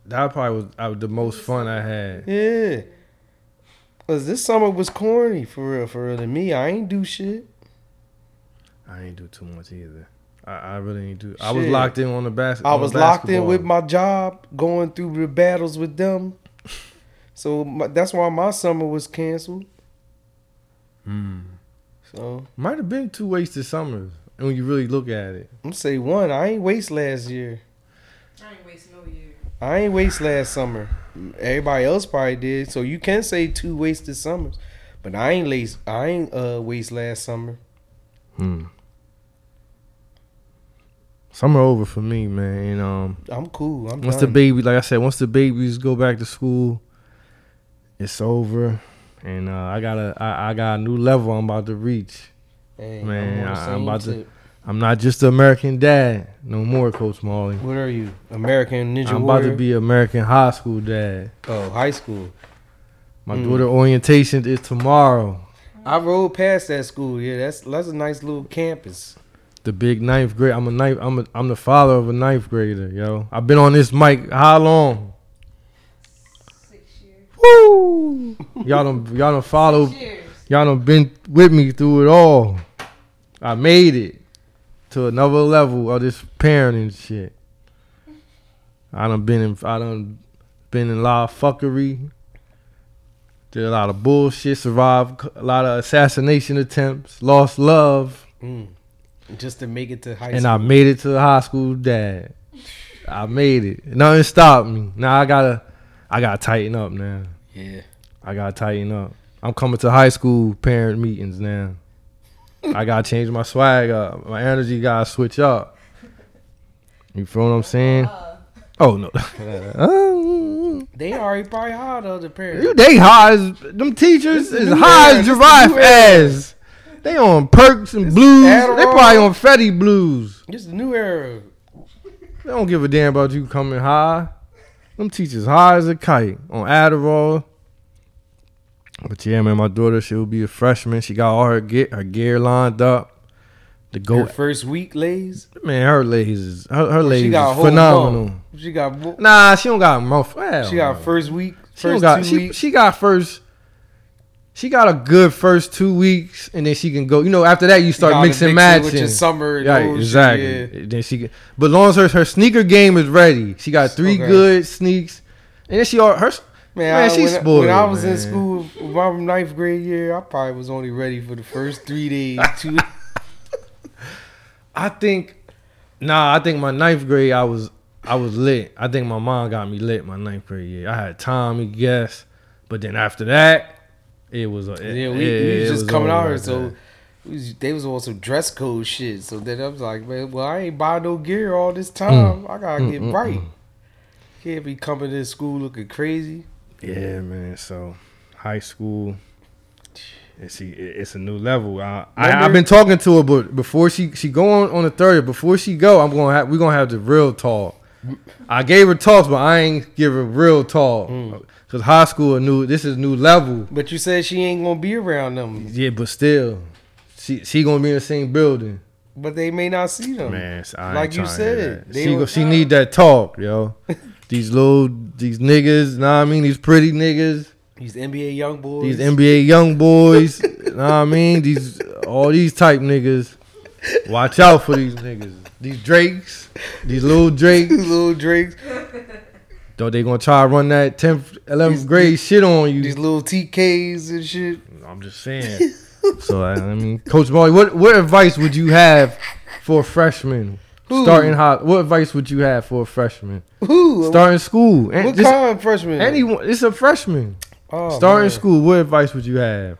Speaker 1: That probably was, I was the most fun I had.
Speaker 2: Yeah. Cause this summer was corny for real, for real. To me, I ain't do shit.
Speaker 1: I ain't do too much either. I, I really ain't do. I was
Speaker 2: Shit.
Speaker 1: locked in on the basket.
Speaker 2: I was locked in with my job, going through the battles with them. So my, that's why my summer was canceled. So
Speaker 1: Hmm. Might have been two wasted summers when you really look at it.
Speaker 2: I'm say one. I ain't waste last year.
Speaker 3: I ain't waste no year.
Speaker 2: I ain't waste last summer. Everybody else probably did. So you can say two wasted summers, but I ain't lace. I ain't uh waste last summer.
Speaker 1: Hmm. Summer over for me, man. And, um,
Speaker 2: I'm cool. I'm
Speaker 1: once the
Speaker 2: done.
Speaker 1: baby, like I said, once the babies go back to school, it's over. And uh, I got a, I, I got a new level I'm about to reach.
Speaker 2: Hey,
Speaker 1: Man,
Speaker 2: on the
Speaker 1: I- I'm
Speaker 2: same
Speaker 1: about to-
Speaker 2: tip.
Speaker 1: I'm not just an American dad no more, Coach Molly.
Speaker 2: What are you, American Ninja
Speaker 1: I'm about
Speaker 2: Warrior?
Speaker 1: to be American high school dad.
Speaker 2: oh, high school.
Speaker 1: My
Speaker 2: Mm.
Speaker 1: daughter orientation is tomorrow.
Speaker 2: I rode past that school. Yeah, that's that's a nice little campus.
Speaker 1: The big ninth grade. I'm a ninth. I'm a, I'm the father of a ninth grader, yo. I've been on this mic how long?
Speaker 3: Six years.
Speaker 1: Woo! y'all don't y'all don't follow.
Speaker 3: Six years.
Speaker 1: Y'all done been with me through it all. I made it to another level of this parenting shit. I done been in I done been in a lot of fuckery. Did a lot of bullshit, survived c- a lot of assassination attempts, lost love,
Speaker 2: Mm. Just to make it to high
Speaker 1: and
Speaker 2: school.
Speaker 1: I made it to the high school dad. I made it. Nothing stopped me. Now I gotta I gotta tighten up now.
Speaker 2: yeah.
Speaker 1: I gotta tighten up. I'm coming to high school parent meetings now. I gotta change my swag up. My energy gotta switch
Speaker 2: Uh.
Speaker 1: Oh, up. You feel what I'm saying?
Speaker 3: Uh,
Speaker 1: Oh no. you.
Speaker 2: They already probably hired other parents.
Speaker 1: You they high as them teachers is high as giraffe ass. They on perks and blues. They probably
Speaker 2: Adderall.
Speaker 1: on Fetty blues.
Speaker 2: This is the new era.
Speaker 1: They don't give a damn about you coming high. Them teachers high as a kite on Adderall. But yeah, man, my daughter, she'll be a freshman. She got all her get her gear lined up to go.
Speaker 2: Your first week, lays.
Speaker 1: Man, her ladies, is- her, her
Speaker 2: She
Speaker 1: ladies,
Speaker 2: got a
Speaker 1: is
Speaker 2: whole
Speaker 1: phenomenal.
Speaker 2: month. She got mo-
Speaker 1: Nah, she don't got mouth. Well,
Speaker 2: she got first week.
Speaker 1: She don't
Speaker 2: First
Speaker 1: got
Speaker 2: two
Speaker 1: she,
Speaker 2: weeks.
Speaker 1: she got first she got a good first two weeks and then she can go you know after that you start
Speaker 2: gotta
Speaker 1: mixing
Speaker 2: mix it
Speaker 1: matching
Speaker 2: with your summer. and
Speaker 1: right
Speaker 2: those shit,
Speaker 1: exactly
Speaker 2: yeah.
Speaker 1: then she can, but long as her, her sneaker game is ready she got three
Speaker 2: Okay.
Speaker 1: good sneaks and then she all her
Speaker 2: Man,
Speaker 1: Man,
Speaker 2: I,
Speaker 1: she
Speaker 2: when,
Speaker 1: spoiled,
Speaker 2: when I was
Speaker 1: man.
Speaker 2: in school, my ninth grade year, I probably was only ready for the first three days. Two.
Speaker 1: I think nah I think my ninth grade I was I was lit I think my mom got me lit my ninth grade year I had Tommy guess but then after that it was a- it,
Speaker 2: yeah, we, we
Speaker 1: it
Speaker 2: was just
Speaker 1: was
Speaker 2: coming
Speaker 1: over
Speaker 2: out here,
Speaker 1: after that.
Speaker 2: so we was, they was on some dress code shit. So then I was like, man, well, I ain't buy no gear all
Speaker 1: Mm.
Speaker 2: this time. I gotta get right. Can't be coming to school looking crazy.
Speaker 1: Yeah, man. So high school, it's a, it's a new level. I, I I've
Speaker 2: Remember-
Speaker 1: been talking to her, but before she she go on on the thirtieth, before she go, I'm gonna have we gonna have the real talk. I gave her talks, but I ain't give her real talk because high school a new. This is new level.
Speaker 2: But you said she ain't gonna be around them,
Speaker 1: Yeah, but still, she she gonna be in the same building.
Speaker 2: but they may not see them.
Speaker 1: Man, so I ain't
Speaker 2: like you
Speaker 1: trying to hear
Speaker 2: said,
Speaker 1: that.
Speaker 2: they
Speaker 1: she
Speaker 2: were-
Speaker 1: go, she need that talk, yo. these little these niggas, know what I mean? These pretty niggas.
Speaker 2: These NBA young boys.
Speaker 1: These NBA young boys, know what I mean? These all these type niggas. Watch out for these niggas. These Drakes, these little Drakes.
Speaker 2: These little drinks,
Speaker 1: Though they gonna try to run that 10th, 11th
Speaker 2: These-
Speaker 1: grade shit on you.
Speaker 2: these little TKs and shit.
Speaker 1: I'm just saying. so I, I mean, Coach Molly, what what advice would you have for a freshman
Speaker 2: Who?
Speaker 1: starting high? What advice would you have for a freshman
Speaker 2: Who?
Speaker 1: starting school? And
Speaker 2: what
Speaker 1: just
Speaker 2: kind of freshman?
Speaker 1: anyone, it's a freshman.
Speaker 2: Oh,
Speaker 1: Starting
Speaker 2: man.
Speaker 1: school, what advice would you have?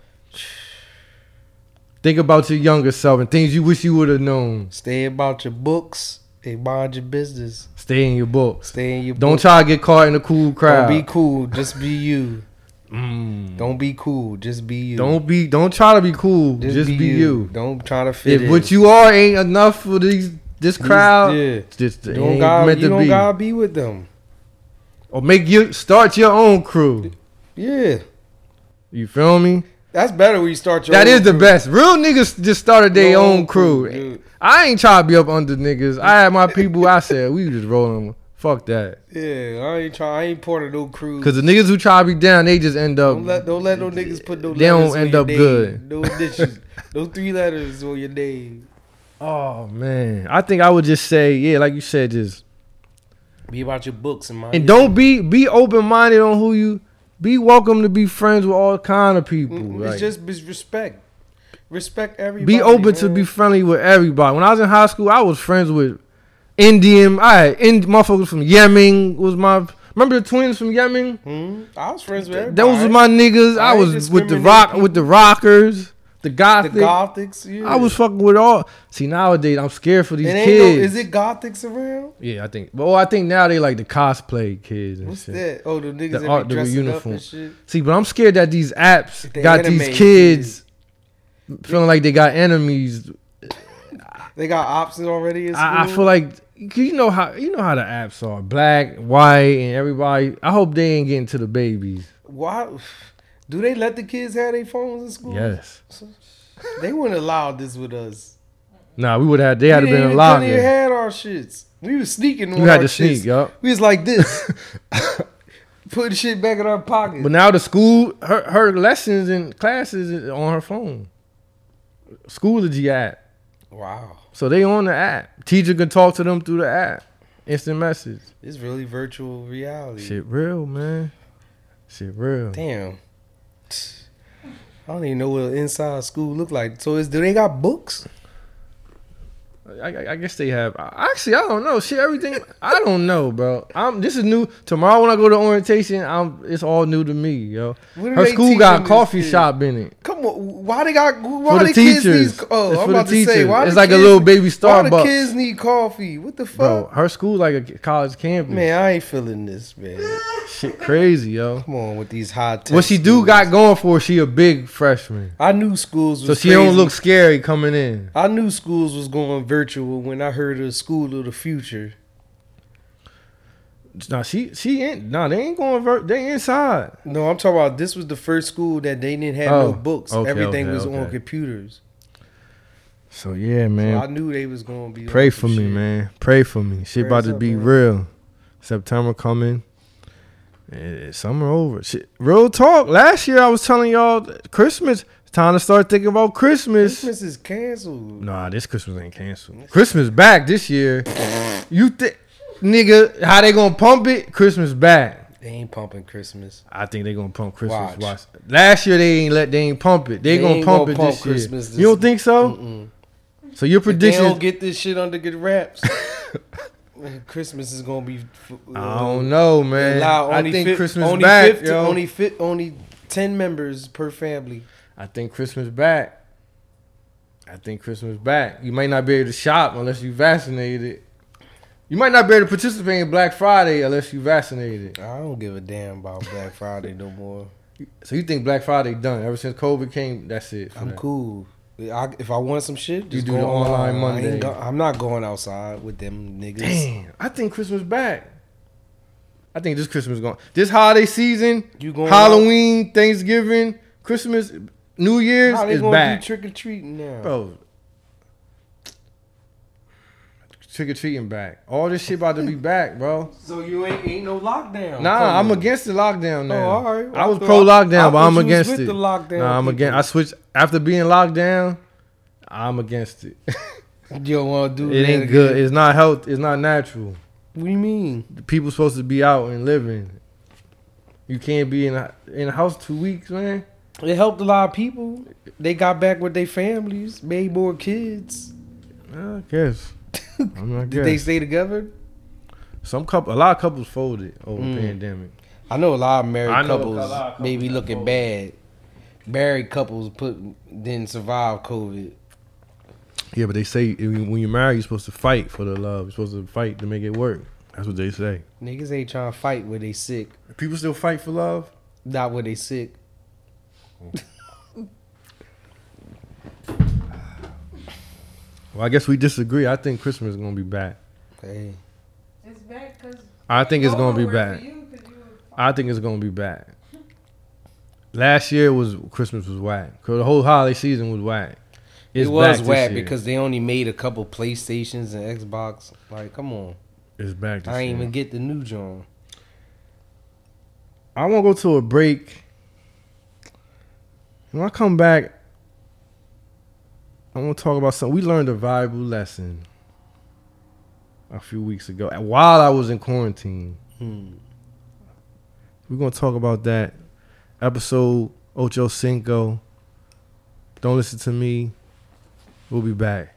Speaker 1: Think about your younger self and things you wish you would have known.
Speaker 2: Stay about your books and mind your business.
Speaker 1: Stay in your books.
Speaker 2: Stay in your
Speaker 1: Don't
Speaker 2: books.
Speaker 1: try to get caught in a cool crowd.
Speaker 2: Don't be cool. Just be you.
Speaker 1: Mm.
Speaker 2: Don't be cool. Just be you.
Speaker 1: Don't be. Don't try to be cool. Just, be, you.
Speaker 2: Don't try to fit
Speaker 1: If
Speaker 2: in.
Speaker 1: what you are ain't enough for these this
Speaker 2: These-
Speaker 1: crowd,
Speaker 2: yeah.
Speaker 1: just
Speaker 2: You
Speaker 1: it
Speaker 2: don't
Speaker 1: ain't
Speaker 2: gotta,
Speaker 1: meant
Speaker 2: you
Speaker 1: to
Speaker 2: don't
Speaker 1: be.
Speaker 2: gotta be with them.
Speaker 1: Or make you start your own crew.
Speaker 2: Yeah,
Speaker 1: You feel me?
Speaker 2: that's better when you start your.
Speaker 1: That
Speaker 2: own
Speaker 1: is the
Speaker 2: crew.
Speaker 1: best. Real niggas just started their
Speaker 2: Your
Speaker 1: own, crew.
Speaker 2: dude.
Speaker 1: I ain't trying to be up under niggas. I had my people. I said we just rolling. Fuck that.
Speaker 2: Yeah, I ain't try. I ain't part of no crew.
Speaker 1: Cause the niggas who try to be down, they just end up.
Speaker 2: don't let don't let no niggas put no.
Speaker 1: They don't
Speaker 2: letters on
Speaker 1: end
Speaker 2: your
Speaker 1: up
Speaker 2: name.
Speaker 1: good.
Speaker 2: No ditches. no three letters on your name.
Speaker 1: Oh man, I think I would just say yeah, like you said, just
Speaker 2: Be about your books and mind.
Speaker 1: and
Speaker 2: your-
Speaker 1: don't be be open minded on who you. Be welcome to be friends with all kind of people.
Speaker 2: Mm,
Speaker 1: like,
Speaker 2: It's just it's respect. Respect everybody.
Speaker 1: be open to
Speaker 2: man.
Speaker 1: be friendly with everybody. When I was in high school, I was friends with Indian. I had Ind- motherfuckers from Yemen was my. Remember the twins from Yemen?
Speaker 2: Hmm? I was friends with everybody.
Speaker 1: Those were my niggas.
Speaker 2: I
Speaker 1: I,
Speaker 2: ain't
Speaker 1: was with the
Speaker 2: discriminate
Speaker 1: rock
Speaker 2: people.
Speaker 1: with the rockers, the
Speaker 2: the
Speaker 1: gothic.
Speaker 2: gothics. Yeah.
Speaker 1: I was fucking with all. See nowadays, I'm scared for
Speaker 2: It
Speaker 1: these
Speaker 2: ain't no,
Speaker 1: kids.
Speaker 2: is it gothics around?
Speaker 1: Yeah, I think. Well, I think now they like the cosplay kids and
Speaker 2: What's
Speaker 1: shit.
Speaker 2: that? Oh, the niggas
Speaker 1: The
Speaker 2: that
Speaker 1: art-
Speaker 2: be
Speaker 1: the
Speaker 2: dressing up
Speaker 1: uniform.
Speaker 2: and shit.
Speaker 1: See, but I'm scared that these apps
Speaker 2: The
Speaker 1: got
Speaker 2: anime
Speaker 1: these kids feeling like they got enemies.
Speaker 2: They got options already. In school.
Speaker 1: I, I feel like 'cause you know how you know how the apps are black, white, and everybody. I hope they ain't getting to the babies.
Speaker 2: why do they let the kids have their phones in school?
Speaker 1: Yes.
Speaker 2: They wouldn't allow this with us.
Speaker 1: Nah, we would have. They had to
Speaker 2: we didn't
Speaker 1: been
Speaker 2: even,
Speaker 1: allowed.
Speaker 2: couldn't even
Speaker 1: You
Speaker 2: had our shits. We was sneaking. On
Speaker 1: had
Speaker 2: our
Speaker 1: to sneak,
Speaker 2: shits.
Speaker 1: yup.
Speaker 2: We was like this, putting shit back in our pocket.
Speaker 1: But now the school, her her lessons and classes is on her phone. Schoology app.
Speaker 2: wow,
Speaker 1: So they on the app. Teacher can talk to them through the app. Instant message.
Speaker 2: it's really virtual reality.
Speaker 1: Shit real, man. Shit real.
Speaker 2: Damn. I don't even know what inside school look like. So is do they got books?
Speaker 1: I, I- I guess they have. I- Actually, I don't know. Shit, everything. I don't know, bro. I'm. This is new. Tomorrow when I go to orientation, I'm. It's all new to me, yo.
Speaker 2: What do
Speaker 1: Her
Speaker 2: they
Speaker 1: school
Speaker 2: teach
Speaker 1: got
Speaker 2: in
Speaker 1: a
Speaker 2: this
Speaker 1: coffee
Speaker 2: shit?
Speaker 1: shop in it.
Speaker 2: Come Come on, why they got
Speaker 1: for
Speaker 2: why
Speaker 1: the
Speaker 2: the
Speaker 1: teachers.
Speaker 2: kids need? Oh,
Speaker 1: It's
Speaker 2: I'm
Speaker 1: for the
Speaker 2: about to say
Speaker 1: teachers.
Speaker 2: why
Speaker 1: it's
Speaker 2: the
Speaker 1: like
Speaker 2: kids,
Speaker 1: a little baby
Speaker 2: Why the
Speaker 1: Starbucks,
Speaker 2: kids need coffee? What the
Speaker 1: bro.
Speaker 2: fuck,
Speaker 1: Her school like a college campus.
Speaker 2: man? I ain't feeling this, man.
Speaker 1: Shit, crazy, yo.
Speaker 2: Come on with these high tech.
Speaker 1: What she do
Speaker 2: schools.
Speaker 1: got going for? her, She a big freshman,
Speaker 2: I knew schools was
Speaker 1: so she
Speaker 2: crazy.
Speaker 1: don't look scary coming in.
Speaker 2: I knew schools was going virtual when I heard of School of the Future.
Speaker 1: Nah, she she ain't. Nah, they ain't going. Ver- they inside.
Speaker 2: No, I'm talking about this was the first school that they didn't have
Speaker 1: Oh,
Speaker 2: no books.
Speaker 1: okay,
Speaker 2: Everything
Speaker 1: okay,
Speaker 2: was on
Speaker 1: okay.
Speaker 2: computers.
Speaker 1: So yeah, man.
Speaker 2: So I knew they was gonna be.
Speaker 1: Pray
Speaker 2: on
Speaker 1: for
Speaker 2: some
Speaker 1: me,
Speaker 2: shit.
Speaker 1: man. Pray for me. Shit about
Speaker 2: Prayers
Speaker 1: to
Speaker 2: up,
Speaker 1: be
Speaker 2: man.
Speaker 1: real. September coming. Eh, Summer over. Shit. Real talk. Last year I was telling y'all that Christmas. it's Time to start thinking about Christmas.
Speaker 2: Christmas is canceled.
Speaker 1: Nah, this Christmas ain't canceled. Christmas back this year. You think, nigga, how they gonna pump it? Christmas back.
Speaker 2: They ain't pumping Christmas.
Speaker 1: I think they gonna pump Christmas.
Speaker 2: Watch.
Speaker 1: Watch. Last year they ain't let they ain't pump it. They,
Speaker 2: They
Speaker 1: gonna
Speaker 2: ain't
Speaker 1: pump
Speaker 2: gonna
Speaker 1: it
Speaker 2: pump
Speaker 1: this
Speaker 2: Christmas
Speaker 1: year.
Speaker 2: this-
Speaker 1: you don't think so?
Speaker 2: Mm-mm.
Speaker 1: So your
Speaker 2: If they
Speaker 1: Oh, prediction?
Speaker 2: don't get this shit under good wraps. Christmas is gonna be. f-
Speaker 1: I don't know, man.
Speaker 2: allow
Speaker 1: I
Speaker 2: only
Speaker 1: think
Speaker 2: fif-
Speaker 1: Christmas
Speaker 2: only
Speaker 1: back.
Speaker 2: 15
Speaker 1: yo.
Speaker 2: Only fit. Only ten members per family.
Speaker 1: I think Christmas back. I think Christmas back. You might not be able to shop unless you vaccinated. You might not be able to participate in Black Friday unless you vaccinated.
Speaker 2: I don't give a damn about Black Friday no more.
Speaker 1: So you think Black Friday done? Ever since COVID came, that's it. for
Speaker 2: I'm
Speaker 1: that.
Speaker 2: cool. I, if I want some shit, just
Speaker 1: do
Speaker 2: go
Speaker 1: the online
Speaker 2: I ain't
Speaker 1: Monday.
Speaker 2: go- I'm not going outside with them niggas.
Speaker 1: Damn, I think Christmas back. I think this Christmas going. This holiday season,
Speaker 2: You going
Speaker 1: Halloween, Thanksgiving, Christmas, New Year's
Speaker 2: How they
Speaker 1: is
Speaker 2: gonna
Speaker 1: back,
Speaker 2: be trick or treating now?
Speaker 1: bro. Trick or treating back. All this shit about to be back, bro.
Speaker 2: So you ain't ain't no lockdown.
Speaker 1: Nah, I'm
Speaker 2: coming.
Speaker 1: against the lockdown now.
Speaker 2: Oh, all right.
Speaker 1: I was
Speaker 2: thought-
Speaker 1: pro
Speaker 2: I
Speaker 1: lockdown, but
Speaker 2: thought
Speaker 1: I'm
Speaker 2: you was
Speaker 1: against
Speaker 2: with
Speaker 1: it.
Speaker 2: the lockdown
Speaker 1: nah, I'm
Speaker 2: people.
Speaker 1: against. I switched after being locked down. I'm against it.
Speaker 2: You don't want to do
Speaker 1: it
Speaker 2: that
Speaker 1: ain't
Speaker 2: again.
Speaker 1: good. It's not health. It's not natural.
Speaker 2: What do you mean?
Speaker 1: The people supposed to be out and living. You can't be in a, in a house two weeks, man.
Speaker 2: It helped a lot of people. They got back with their families, made more kids.
Speaker 1: I guess. I'm not
Speaker 2: Did they
Speaker 1: guess.
Speaker 2: stay together?
Speaker 1: Some couple, a lot of couples folded over
Speaker 2: Mm.
Speaker 1: pandemic.
Speaker 2: I know a lot of
Speaker 1: I
Speaker 2: married
Speaker 1: know a
Speaker 2: couples,
Speaker 1: lot of couples
Speaker 2: maybe
Speaker 1: got
Speaker 2: looking
Speaker 1: COVID.
Speaker 2: bad. Married couples put didn't survive COVID.
Speaker 1: Yeah, but they say if you- when you're married, you're supposed to fight for the love. You're supposed to fight to make it work. That's what they say.
Speaker 2: Niggas ain't trying to fight where they sick,
Speaker 1: People still fight for love.
Speaker 2: not where they sick.
Speaker 1: Well, I guess we disagree. I think Christmas is gonna be back.
Speaker 2: Hey,
Speaker 3: It's back 'cause
Speaker 1: I think it's gonna be
Speaker 2: Oh,
Speaker 3: COVID worked
Speaker 1: back.
Speaker 3: for you 'cause you were-
Speaker 1: I think it's gonna be back. Last year was Christmas was whack. 'Cause the whole holiday season was whack. It's
Speaker 2: it was
Speaker 1: back
Speaker 2: whack
Speaker 1: this year.
Speaker 2: because they only made a couple PlayStations and Xbox. Like, come on,
Speaker 1: it's back. This
Speaker 2: I ain't
Speaker 1: year.
Speaker 2: even get the new John.
Speaker 1: I want to go to a break. When I come back, I want to talk about something. We learned a valuable lesson a few weeks ago and while I was in quarantine.
Speaker 2: Hmm.
Speaker 1: We're going to talk about that. Episode Ocho Cinco. Don't listen to me. We'll be back.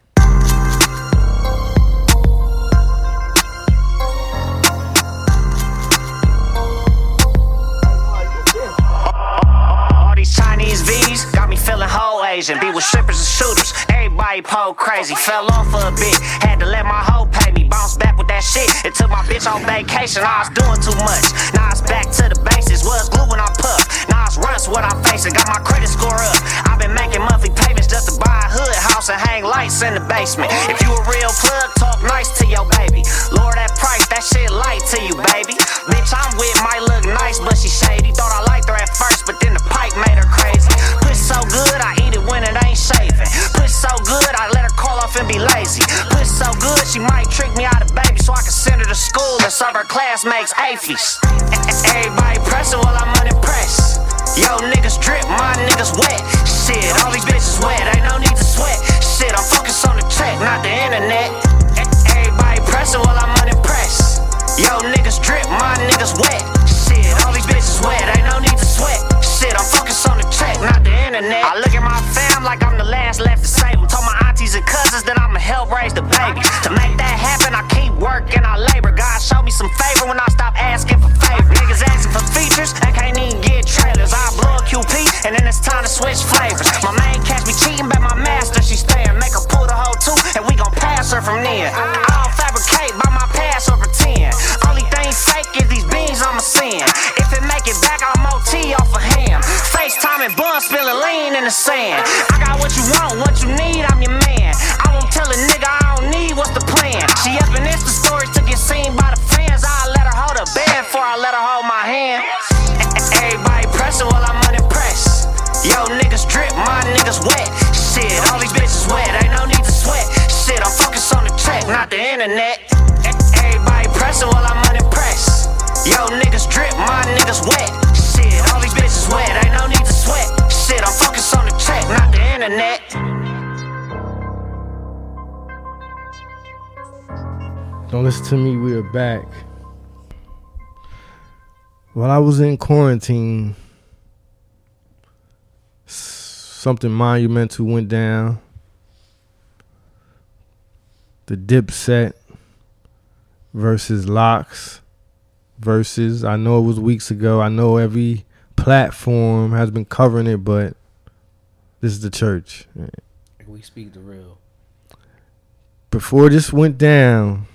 Speaker 4: All these Chinese V's got me feeling whole Asian. Be with strippers and shooters, everybody pole crazy. Fell off for a bit, had to let my hoe pay me. Bounce back with that shit. It took my bitch on vacation. I was doing too much. Now it's back to the basics. Was glue when I puff. Now it's rust what I'm facing. Got my credit score up. I've been making monthly payments just to buy a hood house and hang lights in the basement. If you a real plug, talk nice to your baby. Lower that price, that shit light to you, baby. Bitch, I'm with might look nice, but she shady. Thought I liked her at first, but then the pipe made her crazy. Push so good, I eat it when it ain't shaving. Push so good, I let her call off and be lazy. Push so good, she might trick me out of baby so I can send her to school and serve her classmates aphies. Everybody pressing while I'm unimpressed. Yo, niggas drip, my niggas wet. Shit, all these bitches wet, ain't no need to sweat. Shit, I'm focused on the check, not the internet. E, Everybody pressing while I'm unimpressed. Yo, niggas drip, my niggas wet. Shit, all these bitches wet, ain't no need to sweat. Shit, I'm focused on the check, not the internet. I look at my fam like I'm the last left disabled. Told my aunties and cousins that I'ma help raise the baby. To make that happen, I keep working, I labor. God showed me some favor when I stopped asking for favor. Niggas asking for features, I can't even get trailers. I blow a QP and then it's time to switch flavors. My main catch me cheating, but my master she staring. Make her pull the whole two, and we gon' pass her from there. I don't fabricate by my past or pretend. Only thing fake is these beans I'ma send. If it make it back, I'm OT off a of ham. FaceTime and bun spilling lean in the sand. I got what you want, what you need, I'm your man. I won't tell a nigga I don't need what's the plan. She up in Insta stories to get seen by the fans. I let her hold her bed before I let her hold my hand. Everybody pressing while I'm unimpressed. Yo, niggas drip, my niggas wet. Shit, all these bitches wet, ain't no need to sweat. Shit, I'm focused on the track, not the internet. E- Everybody pressing while I'm unimpressed. Yo, niggas drip, my niggas wet. Shit, all these bitches wet, ain't no need to sweat. Shit, I'm focused on the track, not the internet.
Speaker 1: Don't listen to me, we are back. While I was in quarantine, s- something monumental went down. The Dipset versus Locks versus. I know it was weeks ago. I know every platform has been covering it, but this is the church.
Speaker 2: We speak the real.
Speaker 1: before this went down,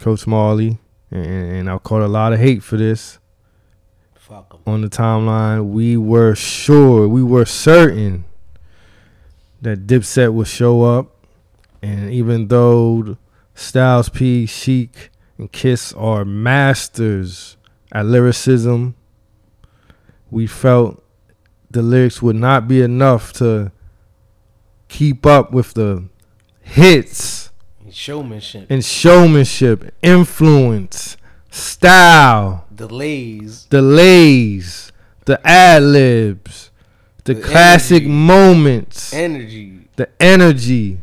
Speaker 1: Coach Marley, and, and I caught a lot of hate for this
Speaker 2: Fuck 'em.
Speaker 1: on the timeline. We were sure, we were certain that Dipset would show up, and even though Styles P, Chic, and Kiss are masters at lyricism, we felt the lyrics would not be enough to keep up with the hits
Speaker 2: Showmanship.
Speaker 1: and showmanship, influence, style,
Speaker 2: Delays.
Speaker 1: delays, the ad libs, the,
Speaker 2: The
Speaker 1: classic
Speaker 2: energy.
Speaker 1: moments,
Speaker 2: Energy.
Speaker 1: the energy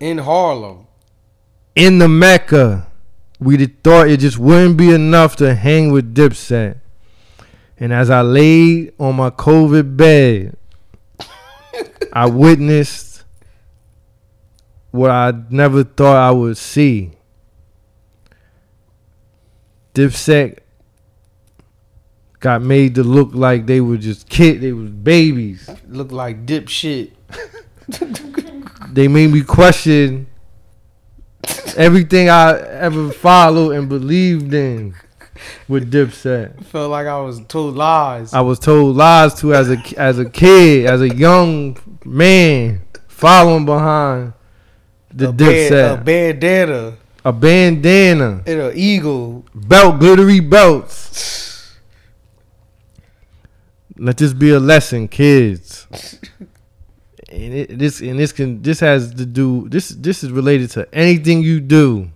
Speaker 2: In Harlem.
Speaker 1: in the Mecca. We did- thought it just wouldn't be enough to hang with Dipset. And as I laid on my COVID bed, I witnessed what I never thought I would see. Dipset got made to look like they were just kid, they was babies.
Speaker 2: Look like dipshit.
Speaker 1: They made me question everything I ever followed and believed in with Dipset.
Speaker 2: Felt like I was told lies.
Speaker 1: I was told lies to as a as a kid, as a young man, following behind the
Speaker 2: a
Speaker 1: Dipset,
Speaker 2: Bad, a bandana.
Speaker 1: a bandana,
Speaker 2: And an eagle.
Speaker 1: belt, glittery belts. Let this be a lesson, kids. And it, this and this can this has to do this this is related to anything you do.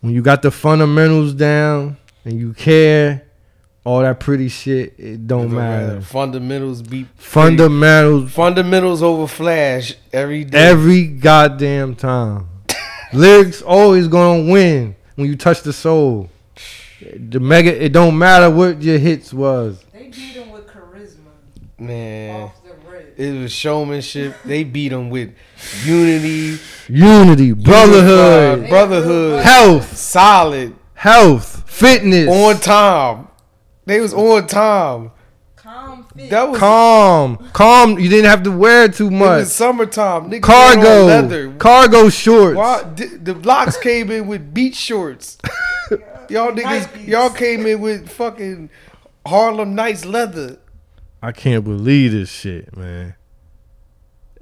Speaker 1: When you got the fundamentals down and you care, all that pretty shit it don't matter.
Speaker 2: Fundamentals be
Speaker 1: Fundamentals
Speaker 2: Fundamentals over flash every day.
Speaker 1: every goddamn time. Lyrics always gonna win when you touch the soul. The mega it don't matter what your hits was.
Speaker 3: They beat him with charisma
Speaker 2: man.
Speaker 3: off the rip.
Speaker 2: It was showmanship. They beat them with unity,
Speaker 1: Unity, brotherhood,
Speaker 2: unified brotherhood,
Speaker 1: health,
Speaker 2: solid,
Speaker 1: health, fitness,
Speaker 2: on time. They was on time.
Speaker 3: Calm fit.
Speaker 2: That was
Speaker 1: calm, calm. You didn't have to wear too
Speaker 2: It was
Speaker 1: much.
Speaker 2: summertime. Niggas wore
Speaker 1: Cargo,
Speaker 2: leather.
Speaker 1: cargo shorts.
Speaker 2: Why, di- the blocks came in with beach shorts. y'all niggas,
Speaker 3: Nikes.
Speaker 2: y'all came in with fucking Harlem Nights leather.
Speaker 1: I can't believe this shit, man.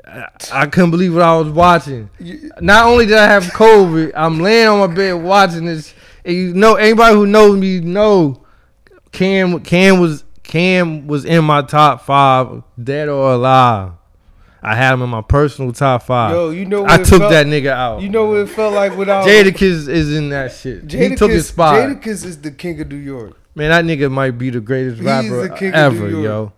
Speaker 1: I, I couldn't believe what I was watching.
Speaker 2: You-
Speaker 1: Not only did I have COVID, I'm laying on my bed watching this. And you know, anybody who knows me know Cam Cam was Cam was in my top five, dead or alive. I had him in my personal top five.
Speaker 2: Yo, you know
Speaker 1: I
Speaker 2: what it
Speaker 1: took
Speaker 2: felt-
Speaker 1: that nigga out.
Speaker 2: You know what it felt like without
Speaker 1: Jadakiss is in that shit. he took his spot.
Speaker 2: Jadakiss is the king of New York.
Speaker 1: Man, that nigga might be the greatest
Speaker 2: He's
Speaker 1: rapper
Speaker 2: the king of New
Speaker 1: ever,
Speaker 2: York.
Speaker 1: yo.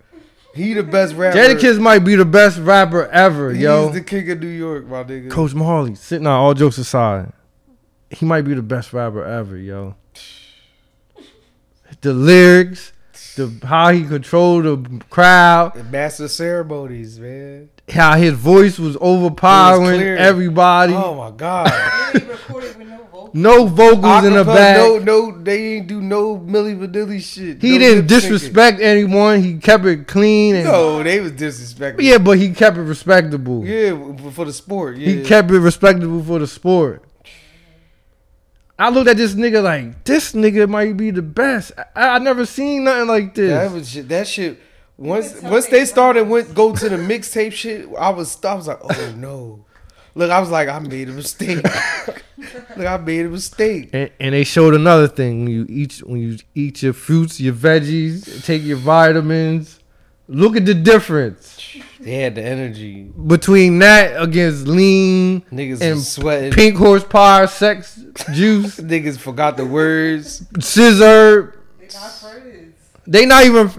Speaker 2: He the best rapper.
Speaker 1: Jadakiss might be the best rapper ever, yo.
Speaker 2: He's the king of New York, my nigga.
Speaker 1: Coach Marley, sitting on all jokes aside, he might be the best rapper ever, yo. The lyrics, the how he controlled the crowd,
Speaker 2: Master of ceremonies, man.
Speaker 1: how his voice was overpowering
Speaker 2: clear.
Speaker 1: everybody.
Speaker 2: Oh my god.
Speaker 3: And he recorded with no vocal.
Speaker 1: no vocals in the
Speaker 2: Acapella,
Speaker 1: back.
Speaker 2: No, no, they ain't do no Milli Vanilli shit.
Speaker 1: he
Speaker 2: No
Speaker 1: didn't
Speaker 2: lip syncing.
Speaker 1: disrespect anyone. He kept it clean and
Speaker 2: No, they was disrespectful.
Speaker 1: yeah, but he kept it respectable.
Speaker 2: yeah, but for the sport. Yeah,
Speaker 1: He kept it respectable for the sport. I looked at this nigga like this nigga might be the best. I, I never seen nothing like this.
Speaker 2: that was shit. That shit. Once
Speaker 3: could tell
Speaker 2: once
Speaker 3: they
Speaker 2: they started went go to the mixtape shit, I was I was like, oh no. Look, I was like, I made a mistake. Look, I made a mistake.
Speaker 1: And, and they showed another thing when you eat when you eat your fruits, your veggies, take your vitamins. Look at the difference
Speaker 2: They had the energy.
Speaker 1: between that against lean
Speaker 2: Niggas
Speaker 1: And
Speaker 2: was sweating.
Speaker 1: pink horsepower, sex juice,
Speaker 2: Niggas forgot the words.
Speaker 1: scissor.
Speaker 3: They got friends.
Speaker 1: They not even.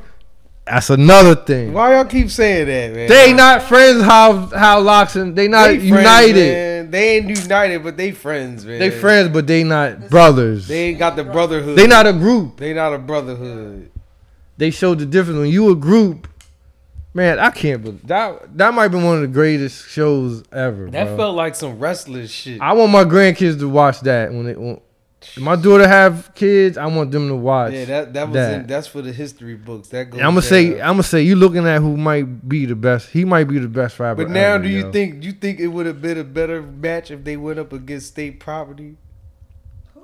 Speaker 1: That's another thing.
Speaker 2: Why y'all keep saying that, man?
Speaker 1: They not friends. How how Loxon? They not
Speaker 2: They friends,
Speaker 1: united.
Speaker 2: man. They ain't united, but they friends, man.
Speaker 1: They friends, but they not brothers.
Speaker 2: They
Speaker 1: They,
Speaker 2: ain't got the brotherhood.
Speaker 1: not a group.
Speaker 2: They not a brotherhood.
Speaker 1: They showed the difference when you a group. Man, I can't believe that. That might be one of the greatest shows ever.
Speaker 2: That
Speaker 1: bro.
Speaker 2: felt like some wrestling shit.
Speaker 1: I want my grandkids to watch that when they when, if my daughter have kids. I want them to watch.
Speaker 2: yeah, that that was
Speaker 1: that.
Speaker 2: In, that's for the history books. That goes.
Speaker 1: I'm gonna say
Speaker 2: down.
Speaker 1: I'm gonna say you looking at who might be the best. He might be the best rapper.
Speaker 2: But now,
Speaker 1: ever,
Speaker 2: do you
Speaker 1: yo.
Speaker 2: think you think it would have been a better match if they went up against state property?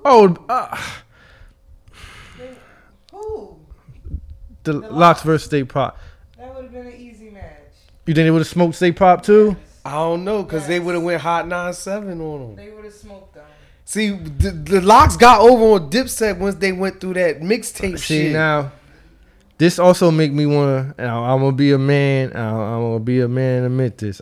Speaker 1: Oh, uh,
Speaker 3: Who?
Speaker 1: the Locks versus State Pop.
Speaker 3: That would have been an easy match.
Speaker 1: You think they would have smoked State Pop too?
Speaker 2: I don't know, cause they would have went hot nine seven on them.
Speaker 3: They would have smoked them.
Speaker 2: See, the, the locks got over on Dipset once they went through that mixtape
Speaker 1: See
Speaker 2: shit.
Speaker 1: now, this also make me wanna. and I- I'm gonna be a man. I- I'm gonna be a man. and Admit this.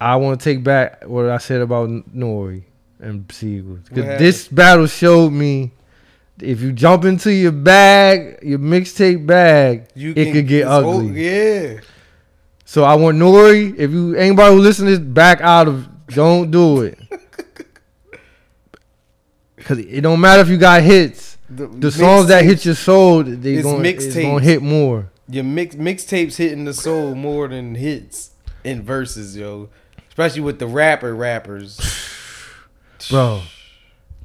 Speaker 1: I want to take back what I said about Nori and Seagull.
Speaker 2: What
Speaker 1: Because this battle showed me if you jump into your bag, your mixtape bag,
Speaker 2: you
Speaker 1: it could get
Speaker 2: it's o-
Speaker 1: ugly.
Speaker 2: yeah,
Speaker 1: So I want Nori. If you anybody who listen to this, back out of. Don't do it. Cause it don't matter if you got hits. The songs that hit your soul, they
Speaker 2: It's
Speaker 1: going it's
Speaker 2: mixtapes.
Speaker 1: gonna hit more.
Speaker 2: your mix mixtapes hitting the soul more than hits in verses, yo. Especially with the rapper rappers.
Speaker 1: Bro,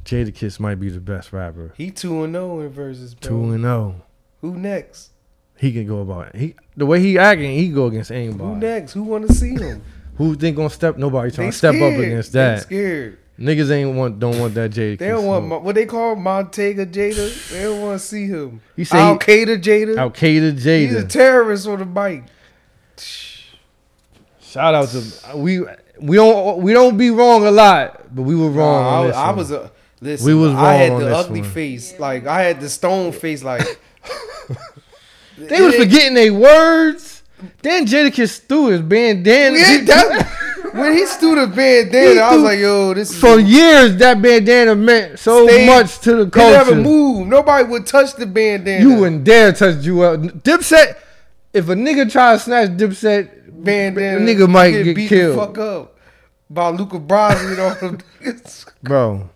Speaker 1: Jada Kiss might be the best rapper.
Speaker 2: He two and zero in verses, bro.
Speaker 1: Two and oh.
Speaker 2: Who next?
Speaker 1: He can go about it. He the way he acting, he go against
Speaker 2: Who
Speaker 1: anybody.
Speaker 2: next? Who want to see him?
Speaker 1: Who think gonna step nobody
Speaker 2: They
Speaker 1: trying to step up
Speaker 2: scared.
Speaker 1: against
Speaker 2: They
Speaker 1: that.
Speaker 2: scared.
Speaker 1: Niggas ain't want don't want that Jada
Speaker 2: They
Speaker 1: Kiss.
Speaker 2: don't want
Speaker 1: smoke.
Speaker 2: Mo- what they call Montega Jada. They don't want to see him.
Speaker 1: He
Speaker 2: He
Speaker 1: say
Speaker 2: say
Speaker 1: he-
Speaker 2: Al Qaeda Jada.
Speaker 1: Al Qaeda
Speaker 2: He's a
Speaker 1: Jada.
Speaker 2: terrorist on the bike.
Speaker 1: Shout out to we we don't we don't be wrong a lot, but we were wrong.
Speaker 2: Nah,
Speaker 1: on
Speaker 2: I,
Speaker 1: this
Speaker 2: I
Speaker 1: one.
Speaker 2: was a listen.
Speaker 1: We was
Speaker 2: I had
Speaker 1: wrong on
Speaker 2: the
Speaker 1: this
Speaker 2: ugly
Speaker 1: one.
Speaker 2: face. Like I had the stone face. Like
Speaker 1: They was forgetting their words. Then Jadakiss threw his bandana.
Speaker 2: Yeah,
Speaker 1: He-
Speaker 2: that- when he stood a
Speaker 1: He
Speaker 2: bandana, I was
Speaker 1: threw-
Speaker 2: like, "Yo, this is
Speaker 1: for years that bandana meant so
Speaker 2: Stayed-
Speaker 1: much to the
Speaker 2: They never
Speaker 1: culture.
Speaker 2: moved. Nobody would touch the bandana.
Speaker 1: You wouldn't dare touch Jewel. Dipset, if a nigga try to snatch Dipset
Speaker 2: bandana.
Speaker 1: nigga might get
Speaker 2: beat
Speaker 1: killed.
Speaker 2: The fuck up by Luca Brasi and all them. niggas.
Speaker 1: bro.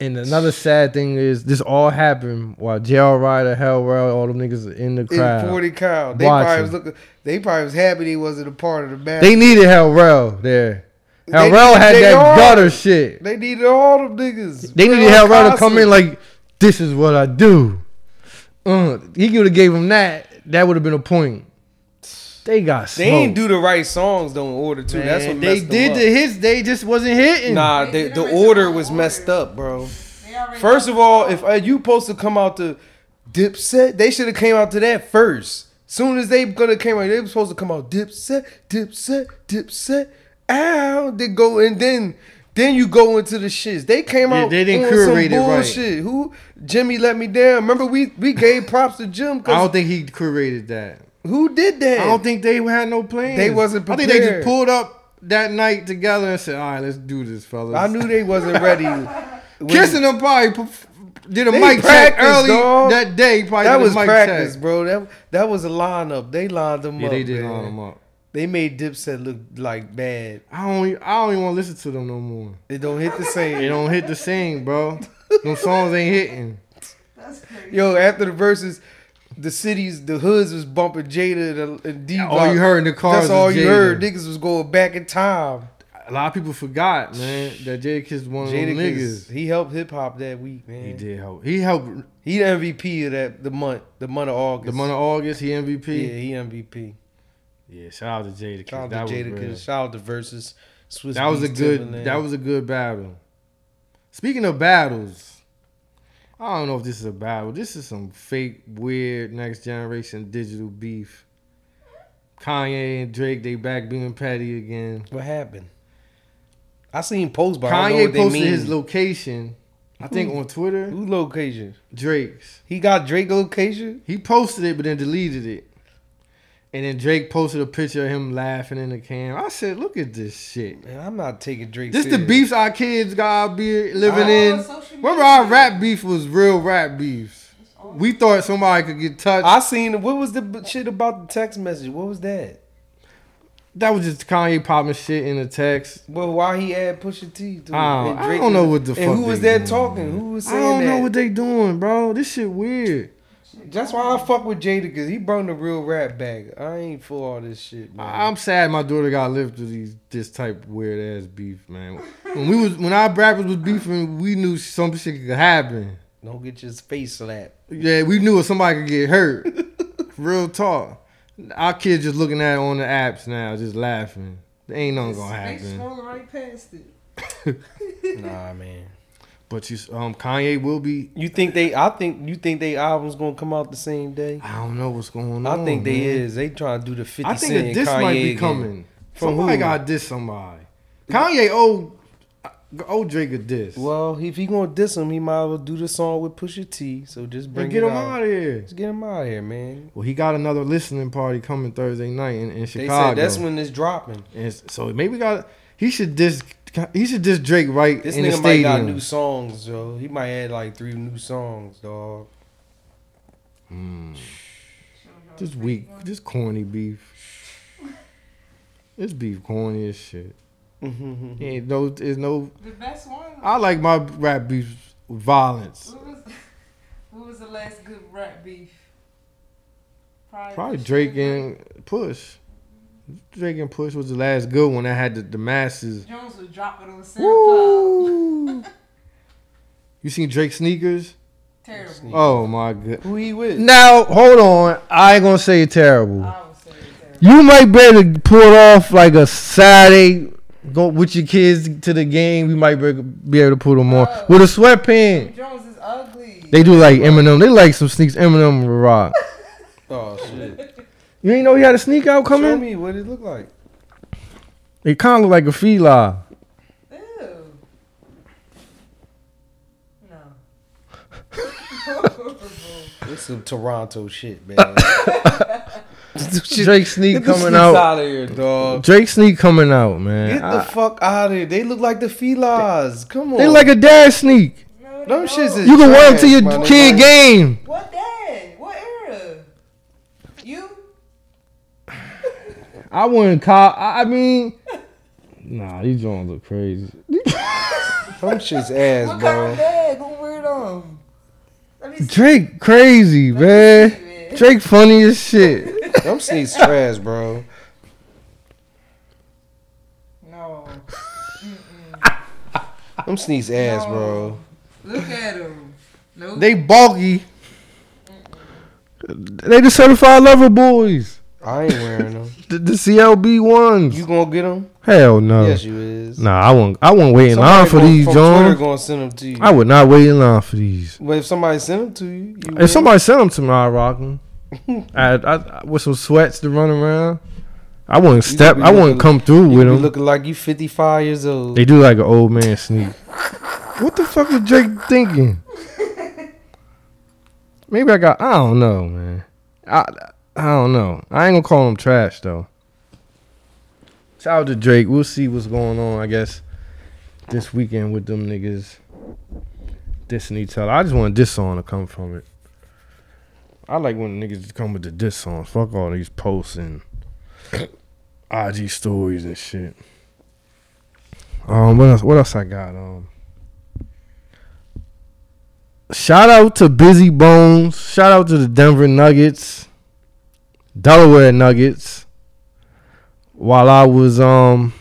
Speaker 1: And another sad thing is this all happened while JL Ryder, Hell Rail, all them niggas in the
Speaker 2: in
Speaker 1: crowd.
Speaker 2: forty cow. They
Speaker 1: Watching.
Speaker 2: probably was looking. They probably was happy they wasn't a part of the match.
Speaker 1: They needed Hell Rail there. Hell
Speaker 2: They-
Speaker 1: Rail had
Speaker 2: they
Speaker 1: that
Speaker 2: are.
Speaker 1: gutter shit.
Speaker 2: They needed all them niggas.
Speaker 1: They
Speaker 2: Real
Speaker 1: needed Hell Rail to come
Speaker 2: Cosby.
Speaker 1: in like, this is what I do. Uh, he could have gave him that. That would have been a point. They got
Speaker 2: They
Speaker 1: smoked.
Speaker 2: ain't do the right songs though in order too. That's what
Speaker 1: they
Speaker 2: messed
Speaker 1: did
Speaker 2: Them
Speaker 1: the hits. They just wasn't hitting.
Speaker 2: up. Nah,
Speaker 3: They
Speaker 2: they,
Speaker 3: did
Speaker 2: the
Speaker 3: the right
Speaker 2: order
Speaker 3: song,
Speaker 2: was
Speaker 3: order.
Speaker 2: messed up, bro.
Speaker 3: They already
Speaker 2: First
Speaker 3: got
Speaker 2: of all,
Speaker 3: the
Speaker 2: if uh, you supposed to come out to Dipset, they should have came out to that first. Soon as they gonna came out, they were supposed to come out Dipset, Dipset, Dipset. Ow, they go and then then you go into the shits. They came
Speaker 1: Yeah,
Speaker 2: out.
Speaker 1: they didn't
Speaker 2: on
Speaker 1: curate it
Speaker 2: some
Speaker 1: right.
Speaker 2: bullshit. Who Jimmy let me down? Remember we we gave props to Jim. 'cause
Speaker 1: I don't think he created that.
Speaker 2: who did that?
Speaker 1: I don't think they had no plans.
Speaker 2: They wasn't
Speaker 1: I think they just
Speaker 2: prepared.
Speaker 1: pulled up that night together and said, "All right, let's do this, fellas."
Speaker 2: I knew they wasn't ready. When-
Speaker 1: Kissing them probably perf- did a
Speaker 2: They
Speaker 1: mic check
Speaker 2: practiced,
Speaker 1: early
Speaker 2: dog.
Speaker 1: that day. Probably
Speaker 2: That
Speaker 1: did a
Speaker 2: was
Speaker 1: mic
Speaker 2: practice,
Speaker 1: check.
Speaker 2: bro. That that was a lineup. They lined them
Speaker 1: Yeah,
Speaker 2: up.
Speaker 1: they did
Speaker 2: man.
Speaker 1: line them up.
Speaker 2: They made Dipset look like bad.
Speaker 1: I don't. e- I don't even want to listen to them no more.
Speaker 2: It don't hit the
Speaker 1: They
Speaker 2: same.
Speaker 1: don't hit the same, bro. Them songs ain't hitting.
Speaker 3: That's crazy.
Speaker 2: Yo, after the verses, the cities, the hoods was bumping Jada and, and D.
Speaker 1: All you heard in the cars
Speaker 2: That's
Speaker 1: was
Speaker 2: all you
Speaker 1: Jada.
Speaker 2: heard. Niggas was going back in time.
Speaker 1: a lot of people forgot, man, that Jada Kiss one of them
Speaker 2: Jadakiss,
Speaker 1: Oh, niggas.
Speaker 2: he helped hip hop that week, man.
Speaker 1: He did help. He helped
Speaker 2: He the MVP of that the month, the month of August.
Speaker 1: the month of August. He MVP.
Speaker 2: yeah,
Speaker 1: Yeah,
Speaker 2: he MVP.
Speaker 1: shout out to Jada Kiss.
Speaker 2: Shout
Speaker 1: that
Speaker 2: out to
Speaker 1: was
Speaker 2: Jada
Speaker 1: real.
Speaker 2: Kiss. Shout out to versus Swiss.
Speaker 1: That was a
Speaker 2: Beats,
Speaker 1: good.
Speaker 2: Timberland.
Speaker 1: That was a good battle. Speaking of battles, I don't know if this is a battle. This is some fake, weird, next generation digital beef. Kanye and Drake, they back being petty again.
Speaker 2: what happened. I seen posts, but I don't know
Speaker 1: Kanye
Speaker 2: what they
Speaker 1: posted
Speaker 2: mean.
Speaker 1: his location, I think on Twitter.
Speaker 2: Who location?
Speaker 1: Drake's.
Speaker 2: He got Drake location.
Speaker 1: He posted it, but then deleted it. And then Drake posted a picture of him laughing in the cam. I said, "Look at this shit."
Speaker 2: Man, I'm not taking Drake.
Speaker 1: This the
Speaker 2: serious.
Speaker 1: beefs our kids gotta be living
Speaker 3: Oh,
Speaker 1: in.
Speaker 3: social media.
Speaker 1: Remember our rap beef was real rap beefs. We thought somebody could get touched.
Speaker 2: I seen what was the b- shit about the text message? What was that?
Speaker 1: that was just Kanye popping shit in the text.
Speaker 2: Well, why he add Pusha T? To
Speaker 1: I don't-
Speaker 2: and
Speaker 1: I don't know what the
Speaker 2: and
Speaker 1: fuck
Speaker 2: who was
Speaker 1: they
Speaker 2: that
Speaker 1: doing.
Speaker 2: talking? Who was
Speaker 1: I
Speaker 2: saying
Speaker 1: don't know
Speaker 2: that?
Speaker 1: what they doing, bro. This shit weird.
Speaker 2: That's why I fuck with Jada because he brought the real rap back. I ain't for all this shit, man.
Speaker 1: I- I'm sad my daughter got to live through these this type of weird ass beef, man. When we was when our rappers was beefing, we knew some shit could happen.
Speaker 2: Don't get your face slapped.
Speaker 1: Yeah, we knew if somebody could get hurt. Real talk. Our kids just looking at it on the apps now, just laughing. Ain't nothing gonna
Speaker 3: They
Speaker 1: happen.
Speaker 3: scrolling right past it.
Speaker 2: Nah, man.
Speaker 1: But you, um, Kanye will be.
Speaker 2: You think they? I think you think they albums gonna come out the same day.
Speaker 1: I don't know what's going on.
Speaker 2: I think they
Speaker 1: man.
Speaker 2: is. They trying to do the fifty
Speaker 1: I think that
Speaker 2: Cent
Speaker 1: this
Speaker 2: Kanye
Speaker 1: might be
Speaker 2: again.
Speaker 1: coming.
Speaker 2: From
Speaker 1: somebody
Speaker 2: who?
Speaker 1: got to diss somebody. Kanye old old Drake a diss.
Speaker 2: Well, if he gonna diss him, he might as well do the song with Pusha T. So just bring
Speaker 1: and get
Speaker 2: it
Speaker 1: him out of here.
Speaker 2: Just get him out of here, man.
Speaker 1: Well, he got another listening party coming Thursday night in, in
Speaker 2: They
Speaker 1: Chicago.
Speaker 2: said that's when it's dropping.
Speaker 1: And so maybe got he should diss he should diss Drake right
Speaker 2: This
Speaker 1: in the
Speaker 2: nigga might
Speaker 1: stadium.
Speaker 2: got new songs, though. He might add like three new songs, dog.
Speaker 1: This weak, this corny beef. This beef corny as shit. Ain't no, there's no.
Speaker 3: The best one.
Speaker 1: I like my rap beef violence.
Speaker 3: What was, what was the last good rap beef?
Speaker 1: Probably Drake and Push. Drake and Push was the last good one that had the, the masses.
Speaker 3: Jones was dropping on SoundCloud.
Speaker 1: Woo! You seen Drake sneakers?
Speaker 3: Terrible.
Speaker 1: Oh my god.
Speaker 2: Who he with?
Speaker 1: Now hold on, I ain't gonna say it terrible.
Speaker 3: I would say terrible.
Speaker 1: You might be able to pull off like a Saturday, go with your kids to the game. You might be be able to put them on
Speaker 3: Oh.
Speaker 1: with a sweatpants.
Speaker 3: Jones is ugly.
Speaker 1: They do like Eminem. They like some sneaks. Eminem and rock.
Speaker 2: Oh shit!
Speaker 1: You ain't know he had a sneak out
Speaker 2: Show
Speaker 1: coming.
Speaker 2: me what it look like.
Speaker 1: It kind of look like a fila.
Speaker 3: Ew. No.
Speaker 2: It's some Toronto shit, man.
Speaker 1: Drake sneak
Speaker 2: Get the
Speaker 1: coming
Speaker 2: sneaks
Speaker 1: out.
Speaker 2: out of here, dog.
Speaker 1: Drake sneak coming out,
Speaker 2: Get
Speaker 1: man.
Speaker 2: the
Speaker 1: I-
Speaker 2: fuck out of here. They look like the Felas. Come on.
Speaker 1: they like a dad sneak.
Speaker 3: no
Speaker 2: Them
Speaker 3: they
Speaker 2: shits
Speaker 3: don't.
Speaker 2: is-
Speaker 1: You can wear them to
Speaker 2: Trash,
Speaker 1: your
Speaker 2: my
Speaker 1: kid
Speaker 2: nigga.
Speaker 1: game.
Speaker 3: What dad? What era? You?
Speaker 1: I wouldn't call. I I mean, nah, these joints look crazy.
Speaker 2: Them shit's ass,
Speaker 3: What kind of
Speaker 2: bro.
Speaker 3: dad? Gonna wear them? Let me see.
Speaker 1: Drake crazy,
Speaker 3: see,
Speaker 1: man.
Speaker 3: man.
Speaker 1: Drake funny as shit.
Speaker 2: Them sneaks trash, bro.
Speaker 3: No.
Speaker 2: Them sneaks ass,
Speaker 3: No.
Speaker 2: bro.
Speaker 3: Look at him. Nope.
Speaker 1: They bulky. They the certified lover boys.
Speaker 2: I ain't wearing them.
Speaker 1: The, the CLB ones.
Speaker 2: You gonna get them?
Speaker 1: Hell no.
Speaker 2: Yes, you is.
Speaker 1: Nah, I won't. I won't wait in line
Speaker 2: Somebody
Speaker 1: for
Speaker 2: gon-
Speaker 1: these,
Speaker 2: from Twitter
Speaker 1: John.
Speaker 2: gonna send them to you.
Speaker 1: I would not wait in line for these.
Speaker 2: But if somebody sent them to you, you
Speaker 1: If somebody sent them to me, I'd rock them. I, I, with some sweats to run around. I wouldn't
Speaker 2: You
Speaker 1: step.
Speaker 2: be
Speaker 1: I wouldn't
Speaker 2: looking-
Speaker 1: come through with
Speaker 2: you
Speaker 1: them.
Speaker 2: looking like you 55 years old.
Speaker 1: They do like an old man sneak. what the fuck was Drake thinking? Maybe I got. I don't know, man. I I don't know. I ain't gonna call him trash though. Shout out to Drake. We'll see what's going on. I guess this weekend with them niggas dissing each other. I just want this song to come from it. I like when niggas come with the diss songs. Fuck all these posts and IG stories and shit. Um, what else? What else I got? Um, shout out to Busy Bones. Shout out to the Denver Nuggets, Delaware Nuggets. While I was um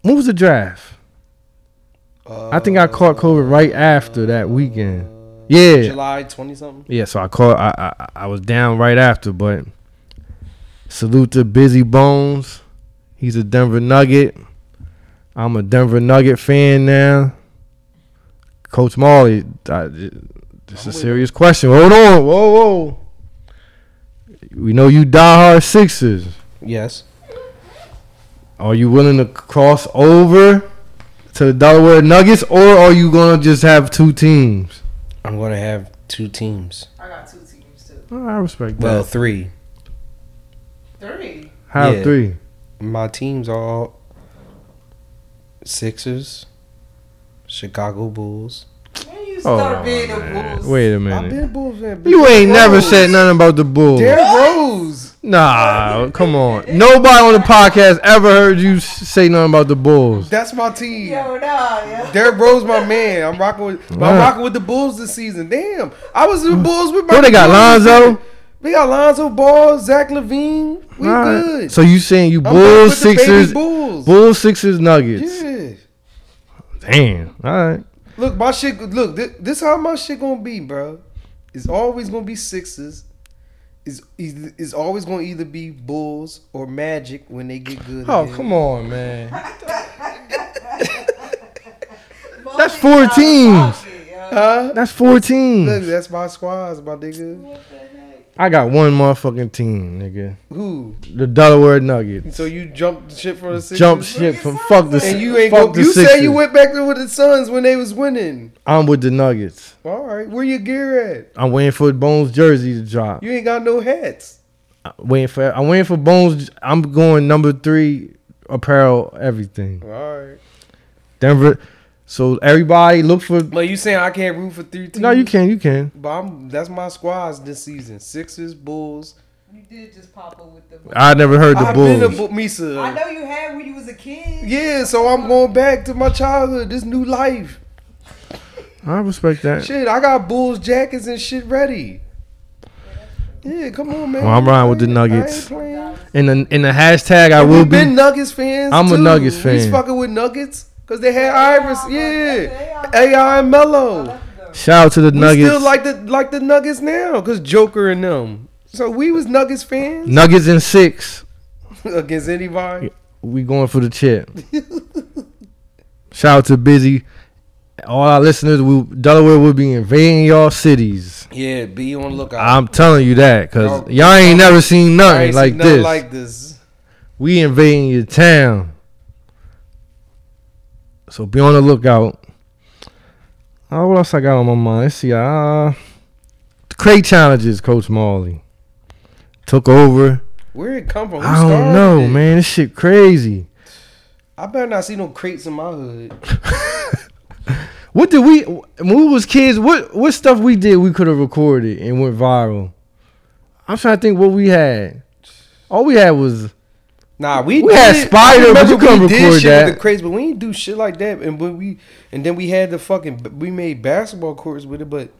Speaker 1: When was the draft?
Speaker 2: Uh,
Speaker 1: I think I caught COVID right after that weekend. Yeah,
Speaker 2: July twenty something.
Speaker 1: yeah. So I caught. I, I I- I was down right after, but salute to Busy Bones. He's a Denver Nugget. I'm a Denver Nugget fan now. Coach Marley, I, this is a serious question. Hold on, whoa, whoa. We know you diehard Sixers.
Speaker 2: Yes.
Speaker 1: Are you willing to cross over to the Delaware Nuggets, or are you gonna just have two teams?
Speaker 2: I'm gonna have two teams.
Speaker 3: I got two teams too.
Speaker 1: I respect that.
Speaker 2: Well, three.
Speaker 3: Three.
Speaker 1: have
Speaker 2: yeah.
Speaker 1: three.
Speaker 2: My teams are all Sixers, Chicago Bulls.
Speaker 3: When you
Speaker 1: Oh,
Speaker 3: start being a
Speaker 1: man.
Speaker 3: Bulls.
Speaker 1: Wait a
Speaker 2: I've
Speaker 1: minute.
Speaker 2: been Bulls fan.
Speaker 1: You ain't never
Speaker 2: Rose.
Speaker 1: said nothing about the Bulls.
Speaker 2: Derrick Rose.
Speaker 1: Nah, come on. Nobody on the podcast ever heard you s- say nothing about the Bulls.
Speaker 2: That's my team.
Speaker 3: Yo, nah, yo.
Speaker 2: Derrick Rose, my man. I'm rocking with. but I'm
Speaker 1: Wow.
Speaker 2: rocking with the Bulls this season. Damn, I was with the Bulls with my.
Speaker 1: Who they got,
Speaker 2: Bulls.
Speaker 1: Lonzo?
Speaker 2: We got Lonzo Ball, Zach Levine. We
Speaker 1: All right.
Speaker 2: good.
Speaker 1: So you saying you
Speaker 2: I'm good
Speaker 1: Bulls,
Speaker 2: with the baby
Speaker 1: Sixers,
Speaker 2: Bulls.
Speaker 1: Bulls, Sixers, Nuggets?
Speaker 2: Yeah.
Speaker 1: Damn. All right.
Speaker 2: Look, my shit. Look, this, this how my shit gonna be, bro. It's always gonna be sixes. Is is always gonna either be Bulls or Magic when they get good.
Speaker 1: Oh
Speaker 2: again.
Speaker 1: come on, man. That's
Speaker 3: Mostly
Speaker 1: four
Speaker 3: y'all
Speaker 1: teams.
Speaker 3: talking, yo.
Speaker 2: Huh?
Speaker 1: That's four
Speaker 2: Look,
Speaker 1: teams.
Speaker 2: that's my squads, my nigga.
Speaker 3: What the heck?
Speaker 1: I got one motherfucking team, nigga.
Speaker 2: Who?
Speaker 1: The Delaware Nuggets.
Speaker 2: So you jumped shit for the Sixers?
Speaker 1: Jump ship from fuck the.
Speaker 2: And you ain't
Speaker 1: fuck
Speaker 2: go,
Speaker 1: the
Speaker 2: You
Speaker 1: Sixers.
Speaker 2: say you went back there with the Suns when they was winning.
Speaker 1: I'm with the Nuggets.
Speaker 2: All right, where your gear at?
Speaker 1: I'm waiting for Bones jersey to drop.
Speaker 2: You ain't got no hats.
Speaker 1: I'm waiting for. I'm waiting for Bones. I'm going number three apparel. Everything.
Speaker 2: All right.
Speaker 1: Denver. So everybody look for.
Speaker 2: But you saying I can't root for three teams?
Speaker 1: No, you can. You can.
Speaker 2: But I'm, that's my squads this season: Sixers, Bulls.
Speaker 3: You did just pop up with the.
Speaker 1: I never heard the
Speaker 2: I've been a
Speaker 1: Bulls.
Speaker 2: Bull Misa.
Speaker 3: I know you had when you was a kid.
Speaker 2: Yeah, so I'm going back to my childhood, this new life.
Speaker 1: I respect that.
Speaker 2: Shit, I got Bulls jackets and shit ready. Yeah, come on, man.
Speaker 1: Well, I'm riding with the
Speaker 2: I ain't
Speaker 1: Nuggets.
Speaker 2: playing.
Speaker 1: In the in the hashtag, I
Speaker 2: And
Speaker 1: will
Speaker 2: we've
Speaker 1: be.
Speaker 2: been Nuggets fans.
Speaker 1: I'm a
Speaker 2: too.
Speaker 1: Nuggets
Speaker 2: We
Speaker 1: fan.
Speaker 2: fucking with Nuggets because they had
Speaker 3: Yeah,
Speaker 2: Iris.
Speaker 3: yeah,
Speaker 2: Yeah,
Speaker 3: yeah.
Speaker 2: AI and Mello.
Speaker 1: Shout out to the
Speaker 2: We
Speaker 1: Nuggets.
Speaker 2: still like the like the Nuggets now because Joker and them. So we was Nuggets fans
Speaker 1: Nuggets in six.
Speaker 2: against anybody.
Speaker 1: We going for the chip. Shout out to Busy. All our listeners, we, Delaware will be invading y'all cities.
Speaker 2: Yeah, be on the lookout.
Speaker 1: I'm telling you that because
Speaker 2: Y'all-
Speaker 1: y'all ain't never seen nothing
Speaker 2: I ain't seen
Speaker 1: like
Speaker 2: nothing
Speaker 1: this.
Speaker 2: Like this.
Speaker 1: we invading your town. So be on the lookout. Uh, what else I got on my mind? Let's see. Uh, the crate challenges, Coach Marley. Took over.
Speaker 2: Where it come from? Who
Speaker 1: I don't
Speaker 2: started
Speaker 1: know,
Speaker 2: it?
Speaker 1: man. This shit crazy.
Speaker 2: I better not see no crates in my hood.
Speaker 1: What did we when we was kids? What what stuff we did we could have recorded and went viral? I'm trying to think what we had. All we had was
Speaker 2: Nah, we
Speaker 1: We had
Speaker 2: did-
Speaker 1: Spider,
Speaker 2: I
Speaker 1: but
Speaker 2: remember
Speaker 1: you couldn't
Speaker 2: we did
Speaker 1: record
Speaker 2: shit
Speaker 1: that.
Speaker 2: With the crates, but we didn't do shit like that. And when we and then we had the fucking we made basketball courts with it, but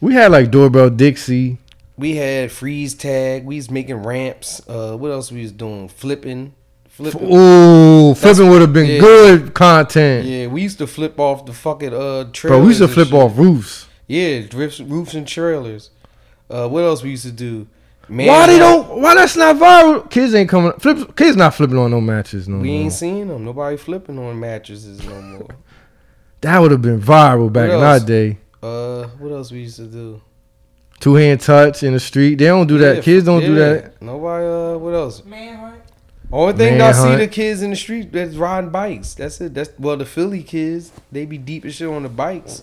Speaker 1: we had like doorbell Dixie.
Speaker 2: we had freeze tag. We was making ramps. Uh, what else we was doing? Flipping, flipping.
Speaker 1: Ooh, flipping would have been
Speaker 2: yeah.
Speaker 1: good content.
Speaker 2: Yeah, we used to flip off the fucking uh trailers.
Speaker 1: Bro, we used to
Speaker 2: and
Speaker 1: flip
Speaker 2: shit.
Speaker 1: off roofs.
Speaker 2: Yeah, roofs, roofs and trailers. Uh, what else we used to do? Man,
Speaker 1: Why they don't? Why that's not viral? Kids ain't coming. Flip, kids not flipping on no matches. No,
Speaker 2: We
Speaker 1: more.
Speaker 2: ain't seen them. Nobody flipping on mattresses no more.
Speaker 1: that would have been viral back in our
Speaker 2: else?
Speaker 1: day.
Speaker 2: uh, what else we used to do?
Speaker 1: Two hand touch in the street. They don't do that.
Speaker 2: Yeah,
Speaker 1: kids don't do
Speaker 2: yeah.
Speaker 1: that.
Speaker 2: Nobody. Uh, what else?
Speaker 3: Manhunt.
Speaker 2: Only thing I see
Speaker 1: Manhunt.
Speaker 2: the kids in the street that's riding bikes. That's it. That's well, the Philly kids they be deep as shit on the bikes.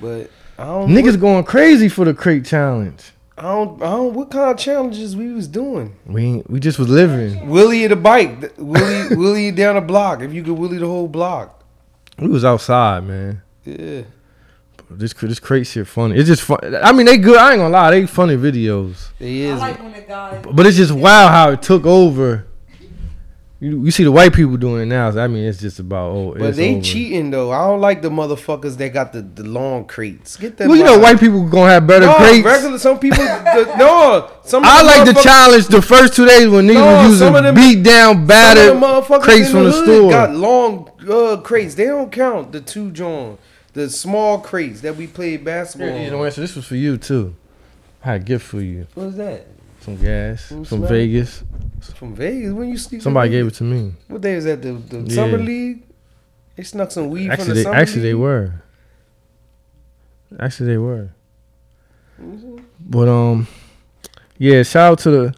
Speaker 2: But I don't.
Speaker 1: Niggas
Speaker 2: What,
Speaker 1: going crazy for the crate challenge.
Speaker 2: I don't. I don't. What kind of challenges we was doing?
Speaker 1: We ain't- we just was living.
Speaker 2: Willie the bike. th- Willie Willie down the block. If you could Willie the whole block.
Speaker 1: We was outside, man.
Speaker 2: Yeah.
Speaker 1: This cr- this crate shit funny. It's just fun. I mean, they good. I ain't gonna lie, they funny videos.
Speaker 2: They is.
Speaker 3: I like when the guy.
Speaker 1: But it's just wow how it took over. You, you see the white people doing it now. So I mean, it's just about oh.
Speaker 2: But
Speaker 1: it's
Speaker 2: they
Speaker 1: over.
Speaker 2: cheating though. I don't like the motherfuckers that got the, the long crates. Get that.
Speaker 1: Well, you know,
Speaker 2: mother-
Speaker 1: white people gonna have better
Speaker 2: no,
Speaker 1: crates.
Speaker 2: regular. Some people. the, no, some.
Speaker 1: I
Speaker 2: of
Speaker 1: like to
Speaker 2: motherfuckers-
Speaker 1: challenge the first two days when niggas
Speaker 2: No,
Speaker 1: were
Speaker 2: some
Speaker 1: using
Speaker 2: of them-
Speaker 1: beat down,
Speaker 2: some of
Speaker 1: battered
Speaker 2: them motherfuckers
Speaker 1: crates
Speaker 2: in
Speaker 1: from the,
Speaker 2: hood
Speaker 1: store.
Speaker 2: Got long uh, crates. They don't count the two John, the small crates that we played basketball.
Speaker 1: Here, you
Speaker 2: on.
Speaker 1: know, answer. This was for you too. I had a gift for you.
Speaker 2: What was that?
Speaker 1: Some gas
Speaker 2: Who's
Speaker 1: from
Speaker 2: that?
Speaker 1: Vegas.
Speaker 2: From Vegas? When you sneak?
Speaker 1: Somebody gave it to me.
Speaker 2: What day was that? The, the
Speaker 1: Yeah.
Speaker 2: summer league. They snuck some weed from the
Speaker 1: Actually, they,
Speaker 2: summer
Speaker 1: actually they
Speaker 2: league?
Speaker 1: were. Actually, they were.
Speaker 2: Mm-hmm.
Speaker 1: But um, yeah. Shout out to the,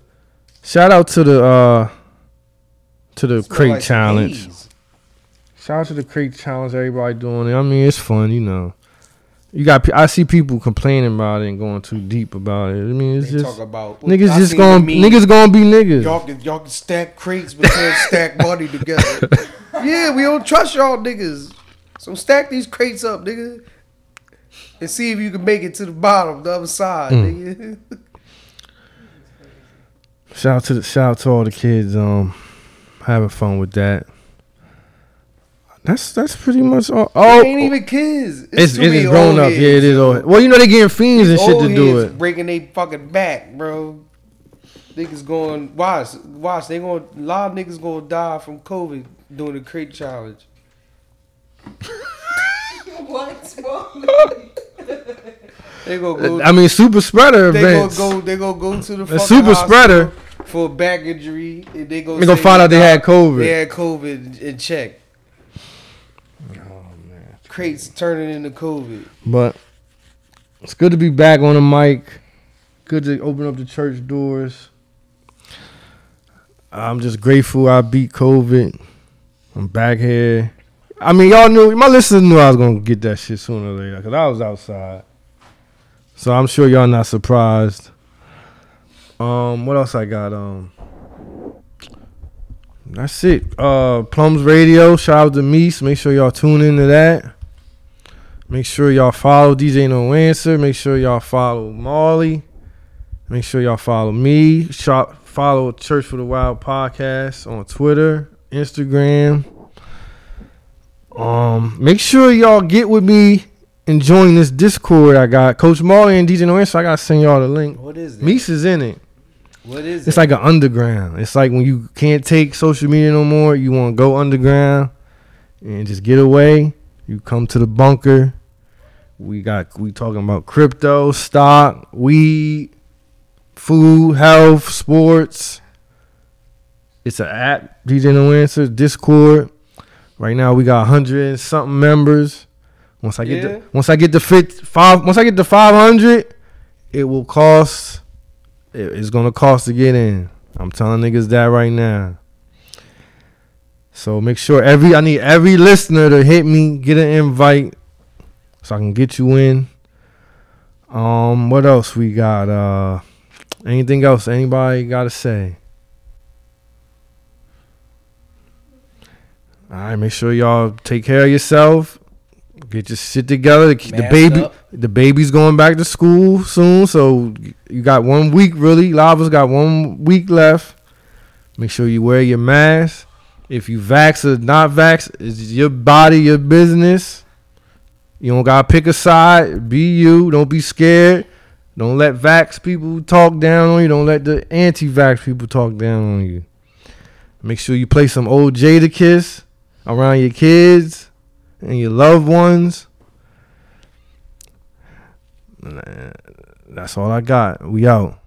Speaker 1: shout out to the uh, to the
Speaker 2: Smell
Speaker 1: crate
Speaker 2: like some
Speaker 1: challenge.
Speaker 2: haze.
Speaker 1: Shout out to the crate challenge. Everybody doing it. I mean, it's fun, you know. You got. pe- I see people complaining about it and going too deep about it. I mean, it's
Speaker 2: They
Speaker 1: just
Speaker 2: talk about
Speaker 1: niggas
Speaker 2: I
Speaker 1: just
Speaker 2: seen
Speaker 1: going
Speaker 2: the meme.
Speaker 1: niggas going to be niggas.
Speaker 2: Y'all can y'all can stack crates but can't stack money together. yeah, we don't trust y'all niggas. So stack these crates up, nigga. And see if you can make it to the bottom, the other side,
Speaker 1: Hmm.
Speaker 2: nigga.
Speaker 1: Shout out to the shout out to all the kids. Um, having fun with that. That's that's pretty much all. Oh,
Speaker 2: They ain't even kids.
Speaker 1: it's
Speaker 2: too
Speaker 1: it is
Speaker 2: many
Speaker 1: grown
Speaker 2: old
Speaker 1: up.
Speaker 2: heads.
Speaker 1: Yeah, it is. Old. Well, you know they getting fiends and shit
Speaker 2: Old
Speaker 1: to do
Speaker 2: heads
Speaker 1: it.
Speaker 2: Breaking they fucking back, bro. Niggas going watch, watch. They going a lot of niggas gonna die from COVID doing the crate challenge.
Speaker 3: What?
Speaker 2: They gonna go.
Speaker 1: I mean, super spreader
Speaker 2: they
Speaker 1: events.
Speaker 2: gonna go. They gonna go to the
Speaker 1: A
Speaker 2: fucking
Speaker 1: super
Speaker 2: hospital
Speaker 1: spreader.
Speaker 2: for a back injury. And they gonna
Speaker 1: They gonna
Speaker 2: say
Speaker 1: find out they had COVID.
Speaker 2: They had COVID in check. Crates turning into COVID.
Speaker 1: But it's good to be back on the mic. Good to open up the church doors. I'm just grateful I beat COVID. I'm back here. I mean, y'all knew my listeners knew I was gonna get that shit sooner or later because I was outside. So I'm sure y'all not surprised. Um, what else I got? Um, that's it. Uh, Plums Radio. Shout out to Meese. Make sure y'all tune into that. Make sure y'all follow DJ No Answer. Make sure y'all follow Marley. Make sure y'all follow me. Shop, follow Church for the Wild podcast on Twitter, Instagram. Um, make sure y'all get with me and join this Discord I got. Coach Marley and DJ No Answer. I gotta send y'all the link.
Speaker 2: What is that?
Speaker 1: Meese is in it.
Speaker 2: What is
Speaker 1: It's
Speaker 2: that?
Speaker 1: like an underground. It's like when you can't take social media no more. You want to go underground and just get away. You come to the bunker. We got we talking about crypto, stock, weed, food, health, sports. It's an app, DJ No Answer, Discord. Right now we got hundred and something members. Once I get
Speaker 2: Yeah.
Speaker 1: the once I get the fit five once I get to five hundred, it will cost it- it's gonna cost to get in. I'm telling niggas that right now. So make sure every I need every listener to hit me, get an invite, so I can get you in. Um, what else we got? Uh, anything else anybody gotta say? All right, make sure y'all take care of yourself. Get your shit together. Keep the
Speaker 2: Mask
Speaker 1: baby,
Speaker 2: up.
Speaker 1: the baby's going back to school soon, so you got one week really. Lava's got one week left. Make sure you wear your mask. If you vax or not vax, it's your body, your business. You don't gotta pick a side. Be you. Don't be scared. Don't let vax people talk down on you. Don't let the anti-vax people talk down on you. Make sure you play some old Jada Kiss around your kids and your loved ones. Nah, That's all I got. We out.